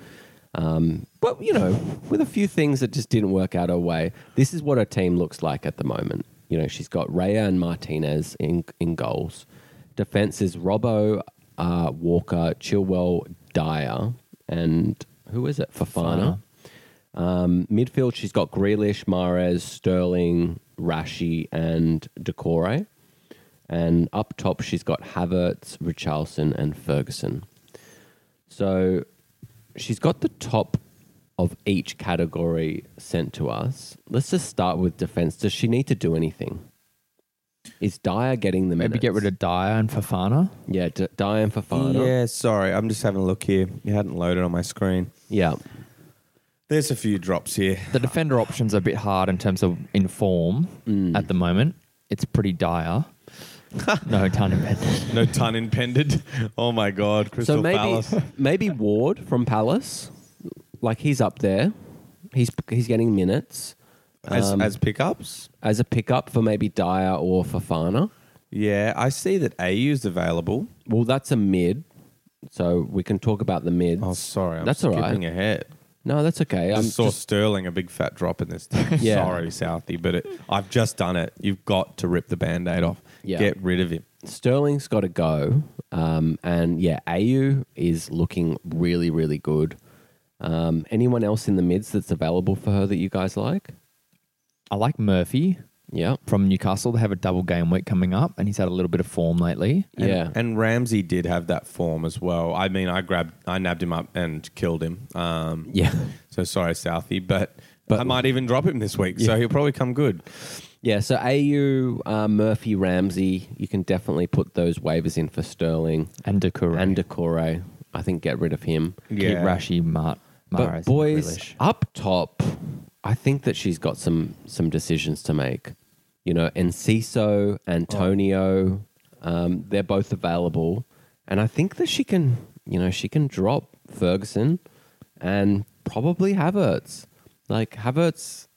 A: um, but you know, with a few things that just didn't work out her way. This is what her team looks like at the moment. You know, she's got Raya and Martinez in in goals. Defense is Robbo, uh, Walker, Chilwell, Dyer, and who is it? Fafana. Um, midfield, she's got Grealish, Mares, Sterling, Rashi, and Decore. And up top, she's got Havertz, Richarlison, and Ferguson. So she's got the top of each category sent to us. Let's just start with defense. Does she need to do anything? Is Dyer getting the
C: Maybe get rid of Dyer and Fafana.
A: yeah D- Dyer and Fafana
B: Yeah, sorry. I'm just having a look here. You hadn't loaded on my screen.
A: yeah
B: There's a few drops here.
C: The defender options are a bit hard in terms of in form
A: Mm.
C: at the moment. It's pretty dire. no ton of it.
B: No ton impended. Oh my God, Crystal
A: so maybe
B: Palace.
A: maybe Ward from Palace, like he's up there, he's he's getting minutes
B: As, as pickups.
A: as a pickup for maybe Dyer or Fafana.
B: Yeah, I see that AU's available.
A: Well, that's a mid, so we can talk about the mids.
B: Oh, sorry. I'm
A: that's all right.
B: skipping ahead.
A: No, that's okay.
B: I
A: I'm
B: Um, just saw
A: just,
B: Sterling a big fat drop in this. Thing.
A: Yeah.
B: Sorry, Southie, but it, I've just done it. You've got to rip the band aid off.
A: Yeah.
B: Get rid of him.
A: Sterling's got to go, um, and yeah, AU is looking really really good. Um, anyone else in the mids that's available for her that you guys like?
C: I like Murphy
A: Yeah,
C: from Newcastle. They have a double game week coming up, and he's had a little bit of form lately.
B: And,
A: yeah.
B: And Ramsey did have that form as well. I mean, I grabbed, I nabbed him up and killed him. Um,
A: yeah.
B: So sorry, Southie, but, I might even drop him this week. So he'll probably come good.
A: Yeah, so AU, uh, Murphy, Ramsey, you can definitely put those waivers in for Sterling
C: And Decore.
A: and Decore. I think get rid of him.
C: Keep
B: Yeah.
C: Rashi, Mart, Mahrez,
A: But
C: and
A: boys,
C: Grealish.
A: up top, I think that she's got some some decisions to make. You know, Enciso, Antonio, um, they're both available, and I think that she can, you know, she can drop Ferguson and probably Havertz. Like Havertz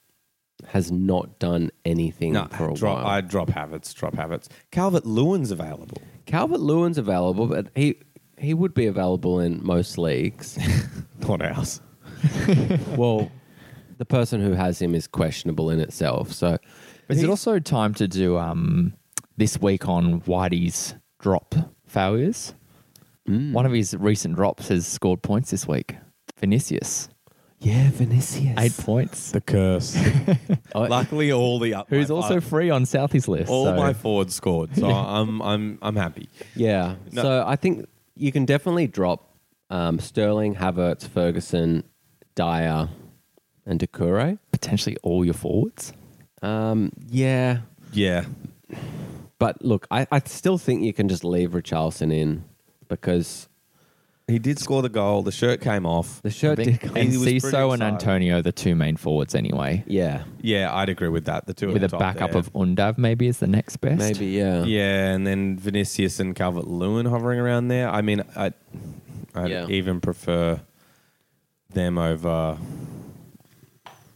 A: has not done anything
B: No,
A: for a
B: drop,
A: while.
B: I drop Havertz, drop Havertz. Calvert Lewin's available.
A: Calvert Lewin's available, but he he would be available in most leagues.
B: Not ours.
A: well, the person who has him is questionable in itself. So
C: Is it also time to do um, this week on Whitey's drop failures?
B: Hmm.
C: One of his recent drops has scored points this week. Vinicius,
A: yeah, Vinicius.
C: eight points.
B: The curse. Luckily, all the up.
C: Who's
B: my-
C: also
B: I-
C: free on Southie's list.
B: all
C: so-
B: my forwards scored, so I'm I'm I'm happy.
A: yeah.
B: No.
A: So I think you can definitely drop um, Sterling, Havertz, Ferguson, Dyer, and Decure.
C: potentially all your forwards.
A: Um, yeah,
B: Yeah,
A: but look, I, I still think you can just leave Richarlison in because
B: he did score the goal. The shirt came off.
A: the shirt did.
B: think-
C: and
B: he was pretty
C: Ciso
B: excited.
C: and Antonio, are the two main forwards anyway,
A: Yeah,
B: Yeah, I'd agree with that. The two at
C: with
B: the
C: a
B: top
C: backup
B: there.
C: of Undav maybe is the next best.
A: maybe. Yeah.
B: yeah, and then Vinicius and Calvert Lewin hovering around there. I mean, I I
A: Yeah.
B: would even prefer them over.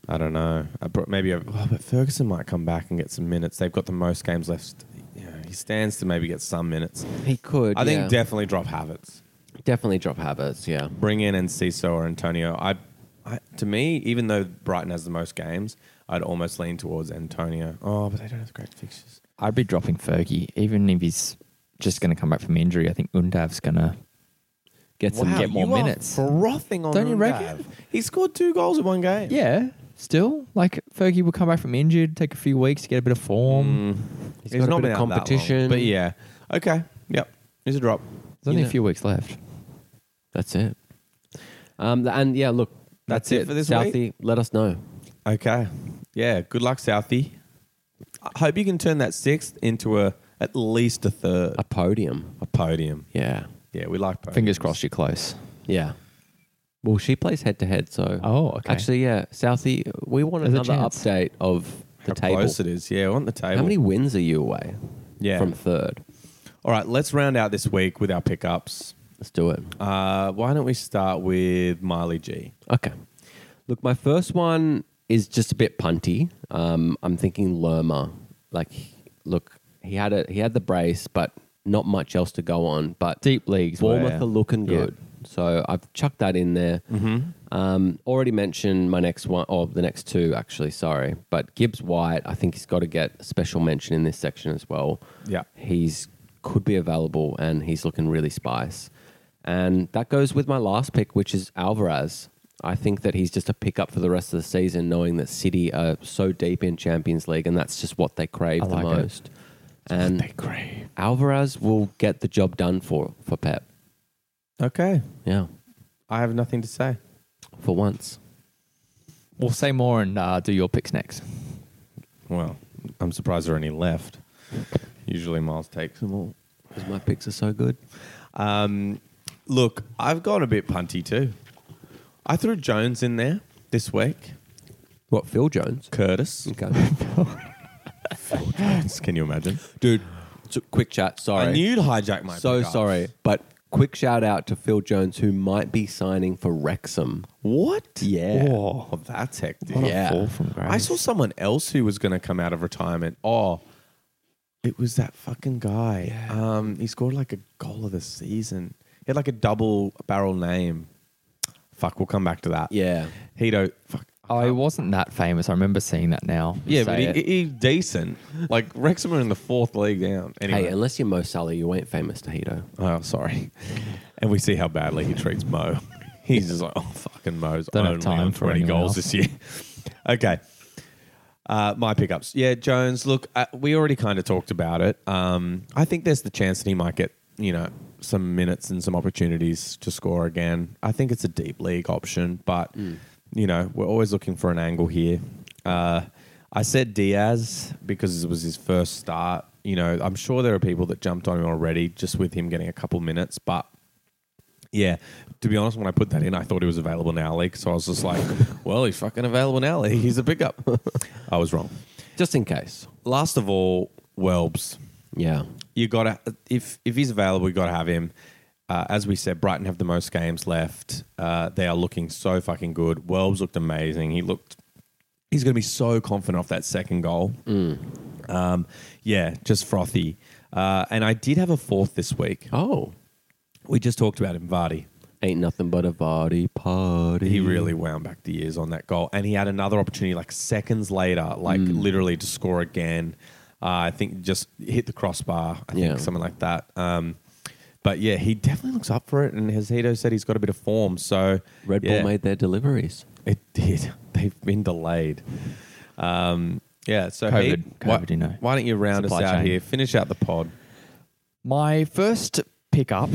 B: I don't know. I brought maybe over, oh, but Ferguson might come back and get some minutes. They've got the most games left. You know, he stands to maybe get some minutes.
A: He could.
B: I think
A: yeah.
B: definitely drop Havertz.
A: definitely drop habits. Yeah.
B: Bring in Enciso or Antonio. I, I, to me, even though Brighton has the most games, I'd almost lean towards Antonio. Oh, but they don't have great fixtures.
C: I'd be dropping Fergie, even if he's just going to come back from injury. I think Undav's going to get some get more
B: you are
C: minutes.
B: frothing on
C: Don't you
B: Undav.
C: reckon?
B: He scored two goals in one game.
C: yeah, still like Fergie will come back from injured, take a few weeks to get a bit of
B: Mm,
C: form.
A: He's got a bit of
B: out that long,
A: competition.
B: but yeah, okay, yep. He's a drop.
C: There's only
A: You know-
C: a few weeks left.
A: That's it. Um, th- and yeah, look,
B: That's it for this
A: Southie, let us know.
B: Okay, yeah. Good luck, Southie. I hope you can turn that sixth into a at least a third,
A: A podium.
B: a podium.
A: Yeah.
B: Yeah, we like podiums.
C: Fingers crossed, you're close.
A: Yeah. Well, she plays head to head, so.
C: Oh, okay.
A: Actually, yeah, Southie, we want
C: There's a
A: another
C: chance.
A: update of the
B: How
A: table.
B: close it is. Yeah, on the table.
A: How many wins are you away
B: Yeah.
A: from third?
B: All right, let's round out this week with our pickups.
A: Let's do it.
B: Uh, why don't we start with Miley G?
A: Okay. Look, my first one is just a bit punty. Um, I'm thinking Lerma. Like, he- look, he had a he had the brace, but not much else to go on. But
C: Deep leagues
A: Bournemouth
C: where-
A: are looking
C: Yeah. Mm-hmm.
A: good, so I've chucked that in there. Um, already mentioned my next one, or the next two actually. Sorry, but Gibbs White, I think he's got to get a special mention in this section as well.
B: Yeah.
A: he's could be available, and he's looking really spice. And that goes with my last pick, which is Alvarez. I think that he's just a pickup for the rest of the season, knowing that City are so deep in Champions League, and that's just what they crave
C: I
A: the
C: like it.
A: most. And
C: crave.
A: Alvarez will get the job done for for Pep.
B: Okay,
A: Yeah,
B: I have nothing to say.
A: for once.
C: We'll say more and uh, do your picks next.
B: Well, I'm surprised there are any left. Usually, Miles takes them all.
A: Because my picks are so good.
B: Um, look, I've gone a bit punty too. I threw Jones in there this week.
A: What, Phil Jones?
B: Curtis,
A: Okay.
B: can you imagine?
A: Dude, so quick chat. Sorry.
B: I knew you'd hijack my.
A: so
B: pickups.
A: sorry. But quick shout out to Phil Jones, who might be signing for Wrexham.
B: What?
A: Yeah.
B: Oh, that's hectic.
A: What a Yeah.
C: Fall from grace.
B: I saw someone else who was going to come out of retirement. Oh, it was that fucking guy. Um, he scored like a goal of the season. He had like a double barrel name. Fuck, we'll come back to that.
A: Yeah.
B: Hedo. Fuck.
C: I wasn't that famous. I remember seeing that now.
B: Yeah,
C: Say
B: but
C: it.
B: he, he decent. Like Wrexham are in the fourth league down. Anyway.
A: Hey, unless you're Mo Salah, you ain't famous, Tahito.
B: oh, sorry. And we see how badly he treats Mo. He's just like, oh, fucking Mo's
C: Don't have
B: only
C: time
B: on
C: for
B: 20
C: anyone
B: goals
C: else.
B: this year. okay. Uh, my pickups. Yeah, Jones, look, uh, we already kind of talked about it. Um, I think there's the chance that he might get, you know, some minutes and some opportunities to score again. I think it's a deep league option, but, you know, we're always looking for an angle here. Uh, I said Diaz because it was his first start. You know, I'm sure there are people that jumped on him already just with him getting a couple minutes, but yeah. To be honest, when I put that in, I thought he was available in our league. So I was just like, well, he's fucking available in our league. He's a pickup. I was wrong.
A: Just in case.
B: Last of all, Welbs.
A: Yeah.
B: You gotta if if he's available, you gotta have him. Uh, as we said, Brighton have the most games left. Uh, they are looking so fucking good. Welbs looked amazing. He looked. He's gonna be so confident off that second goal. Um, yeah, just frothy. Uh, and I did have a fourth this week.
A: Oh.
B: We just talked about him, Vardy.
A: Ain't nothing but a body party.
C: Mm.
B: He really wound back the years on that goal, and he had another opportunity like seconds later, like
C: Mm.
B: literally to score again. Uh, I think just hit the crossbar. I
A: Yeah.
B: think something like that. Um, but yeah, he definitely looks up for it, and as Hito said, he's got a bit of form. So
A: Red
B: yeah,
A: Bull made their deliveries.
B: it did. They've been delayed. Um, yeah, so
C: COVID.
B: Heat,
C: COVID,
B: why,
C: you know.
B: why don't you round
C: Supply
B: us out
C: chain.
B: here? Finish out the pod.
C: My first pickup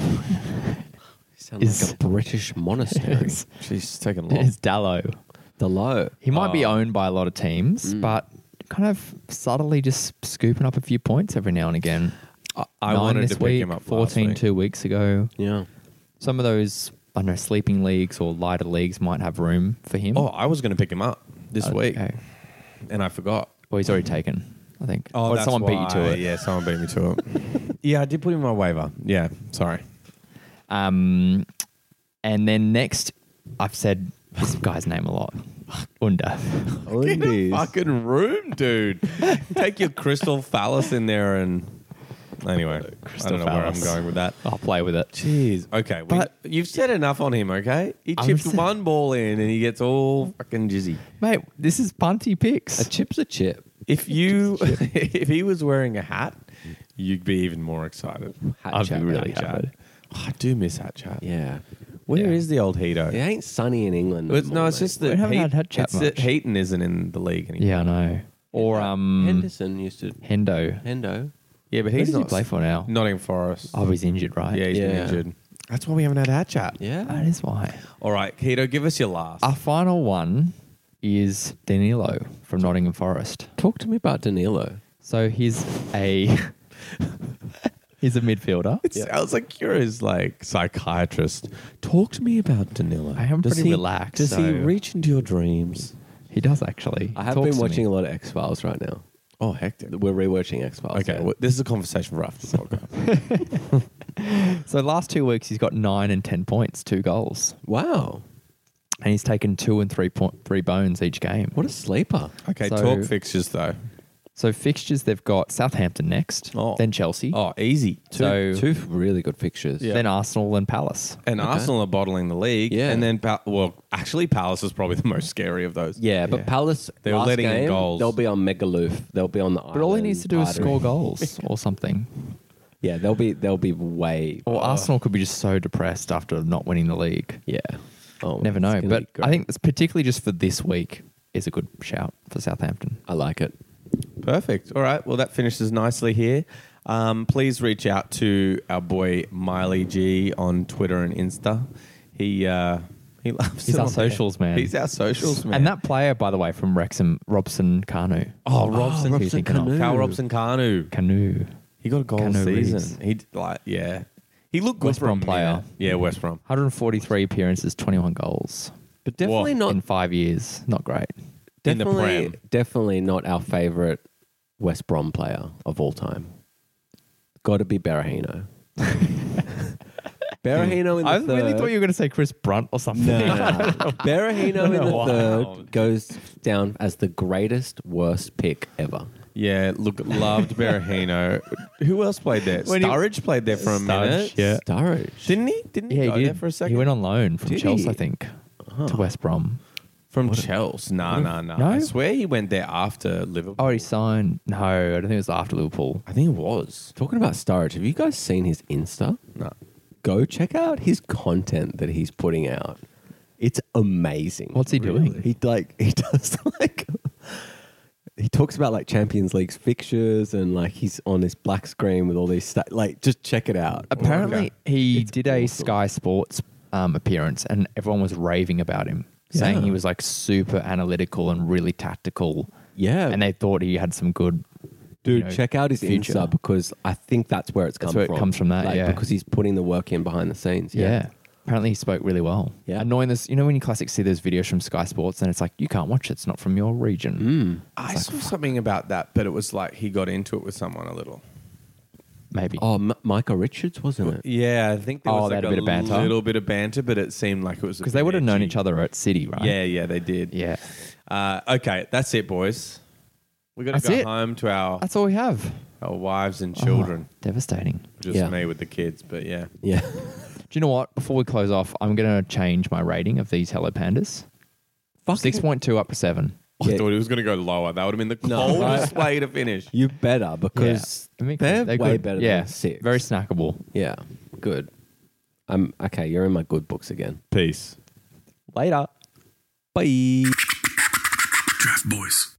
A: Sound
C: Is-
A: like a British monastery.
C: is,
B: She's taking long.
C: is Dallo.
A: the low.
C: He might
B: Oh.
C: be owned by a lot of teams,
B: Hmm.
C: but kind of subtly just scooping up a few points every now and again.
B: I, I
C: Nine
B: wanted
C: this
B: to pick
C: week,
B: him up. last
C: 14
B: week.
C: two weeks ago.
A: Yeah.
C: Some of those, I don't know, sleeping leagues or lighter leagues might have room for him.
B: Oh, I was going to pick him up this week,
C: Okay.
B: and I forgot.
C: Well, he's already taken, I think. or someone beat you to
B: Oh, why.
C: it.
B: Yeah, someone beat me to it. yeah, I did put him on waiver. Yeah, sorry.
C: Um, and then next, I've said this guy's name a lot. Unda.
B: Get a fucking room, dude. Take your crystal phallus in there and. Anyway, I
C: Crystal
B: don't know where I'm
C: phallus.
B: going with that.
C: I'll play with it.
B: Jeez. Okay, we-
C: But-
B: you've said enough on him. Okay, he
C: I'm
B: chipped
C: saying-
B: one ball in and he gets all fucking jizzy.
C: Mate, this is punty picks.
A: A chip's a chip.
B: If you, if he was wearing a hat, you'd be even more excited.
A: Hat
C: I'd
A: chap,
C: be really
A: hat chap.
C: happy.
B: Oh, I do miss hat chat.
A: Yeah.
B: Where is
C: Yeah.
B: the old Hedo?
A: It ain't sunny in England.
B: Well, it's- no,
A: anymore,
B: it's
A: mate.
B: just that
C: We haven't
B: Heat-
C: had hat chat
B: it's that
C: much.
B: Heaton isn't in the league anymore.
C: Yeah, I know. Or
B: uh,
A: Mm.
C: um,
A: Henderson used to.
C: Hendo.
A: Hendo.
B: yeah, but
C: Who
B: he's
C: does he
B: not
C: play for now?
B: Nottingham Forest.
C: Oh, he's injured, right?
B: yeah, he's been
A: Yeah.
B: injured. That's why we haven't had hat chat.
A: Yeah.
C: That is why.
B: All right, Keto, give us your last.
C: Our final one is Danilo from Nottingham Forest.
A: Talk to me about Danilo.
C: So he's a he's a midfielder.
B: it sounds like you're his like psychiatrist. Talk to me about Danilo.
C: I am
B: Does
C: pretty
B: he-
C: relaxed,
B: Does he
C: so-
B: reach into your dreams?
C: He does actually.
A: I have been watching a lot of X Files right now.
B: Oh, hectic.
A: We're rewatching X Files.
B: Okay, well, this is a conversation for after the podcast.
C: So last two weeks he's got nine and ten points, two goals,
A: Wow.
C: and he's taken two and three point three bones each game.
A: What a sleeper.
B: okay,
C: So-
B: talk fixtures though.
C: So fixtures they've got Southampton next,
B: Oh.
C: then Chelsea,
B: Oh, easy.
A: Two,
C: So-
A: two really good fixtures.
C: then Arsenal, then Palace.
B: And Arsenal are bottling the league.
A: Yeah.
B: And then, Pal- well, actually, Palace is probably the most scary of those.
A: Yeah, but
C: Yeah.
A: Palace,
B: They were
A: last
B: letting in
A: game,
B: goals.
A: They'll be on Megaloof. They'll be on the
C: But all he needs to do is score goals or something.
A: Yeah, they'll be they'll be way.
B: Oh.
C: Or Arsenal could be just so depressed after not winning the league.
A: Yeah. Oh,
C: Never
A: it's
C: know.
A: gonna
C: But
A: be great.
C: I think it's particularly just for this week is a good shout for Southampton.
A: I like it.
B: Perfect. All right. Well, that finishes nicely here. Um, please reach out to our boy Miley G on Twitter and Insta. He uh, he loves.
C: He's
B: it
C: our
B: on there.
C: socials man.
B: He's our socials man.
C: And that player, by the way, from Wrexham, Robson Kanu.
B: oh Robson,
C: Robson Kanu.
B: Cal Robson Kanu.
C: Kanu.
B: He got a goal
C: Kanu
B: season.
C: Reeves.
B: He d- like yeah. He looked good
C: West
B: for a
C: Brom player.
B: minute. Yeah, West Brom.
C: 143 appearances, 21 goals.
A: But definitely not
C: in five years. Not great.
B: in the
A: definitely
B: Prem.
A: definitely not our favorite West Brom player of all time. Got to be Berahino. Berahino in the
C: I
A: third.
B: uh,
C: really thought you were going to say Chris Brunt or something.
A: No, no, no. Berahino in the
C: Wow.
A: third goes down as the greatest worst pick ever.
B: Yeah, look, loved Berahino. Who else played there?
C: When he-
B: Sturridge played there for a minute.
C: yeah.
A: Sturridge.
B: Didn't he? Didn't he
C: Yeah,
B: go
C: he
B: there
C: did.
B: for a second?
C: He went on loan from
A: Did
C: Chelsea,
A: he?
C: I think, to West Brom.
B: From Chelsea. Nah, nah, nah.
C: No?
B: I swear he went there after Liverpool.
C: Oh, he signed. No, I don't think it was after Liverpool.
B: I think it was.
A: Talking about Sturridge, have you guys seen his Insta?
B: No.
A: Go check out his content that he's putting out. It's amazing.
C: What's he doing?
A: He like he does like he talks about like Champions League's fixtures and like he's on this black screen with all these sta- like just check it out.
C: Apparently, he did a
A: awesome.
C: Sky Sports um, appearance, and everyone was raving about him, saying
A: Yeah.
C: he was like super analytical and really tactical.
A: Yeah.
C: and they thought he had some good.
A: Dude,
C: you know,
A: check out his
C: future.
A: Insta because I think that's where it's come
C: That's where it
A: from.
C: comes from, that,
A: like,
C: yeah.
A: because he's putting the work in behind the scenes.
C: Yeah.
A: Yeah.
C: Apparently, he spoke really well.
A: Yeah.
C: Annoying this, you know, when you classics see those videos from Sky Sports and it's like, you can't watch it, it's not from your
A: Hmm.
C: region.
B: I saw something about that, but it was like he got into it with someone a little.
C: Maybe.
A: Oh, M- Micah Richards wasn't it?
B: Yeah, I think there
C: Oh,
B: was
C: they
B: like
C: had a bit of banter?
B: little bit of banter, but it seemed like it was a
C: Because
B: bit
C: they would have known
B: edgy.
C: each other at City, right?
B: Yeah, yeah, they did.
C: Yeah.
B: Uh, okay, that's it, boys. We got
C: That's
B: to go
C: it.
B: home to our
C: That's all we have.
B: our wives and children.
C: Oh, devastating.
B: Just
A: Yeah.
B: me with the kids, but yeah.
A: Yeah.
C: Do you know what? Before we close off, I'm going to change my rating of these Hello Pandas.
A: Fucking-
C: 6.2 up to 7.
B: I
A: Yeah.
B: thought it was going to go lower. That would have been the
A: No.
B: coldest way to finish.
A: You better because
C: Yeah. I mean,
A: they're,
C: they're
A: way
C: good.
A: better
C: yeah.
A: than six.
C: Very snackable.
A: yeah. Good. I'm okay. You're in my good books again.
B: Peace.
C: Later.
A: Bye.
D: Draft Boys.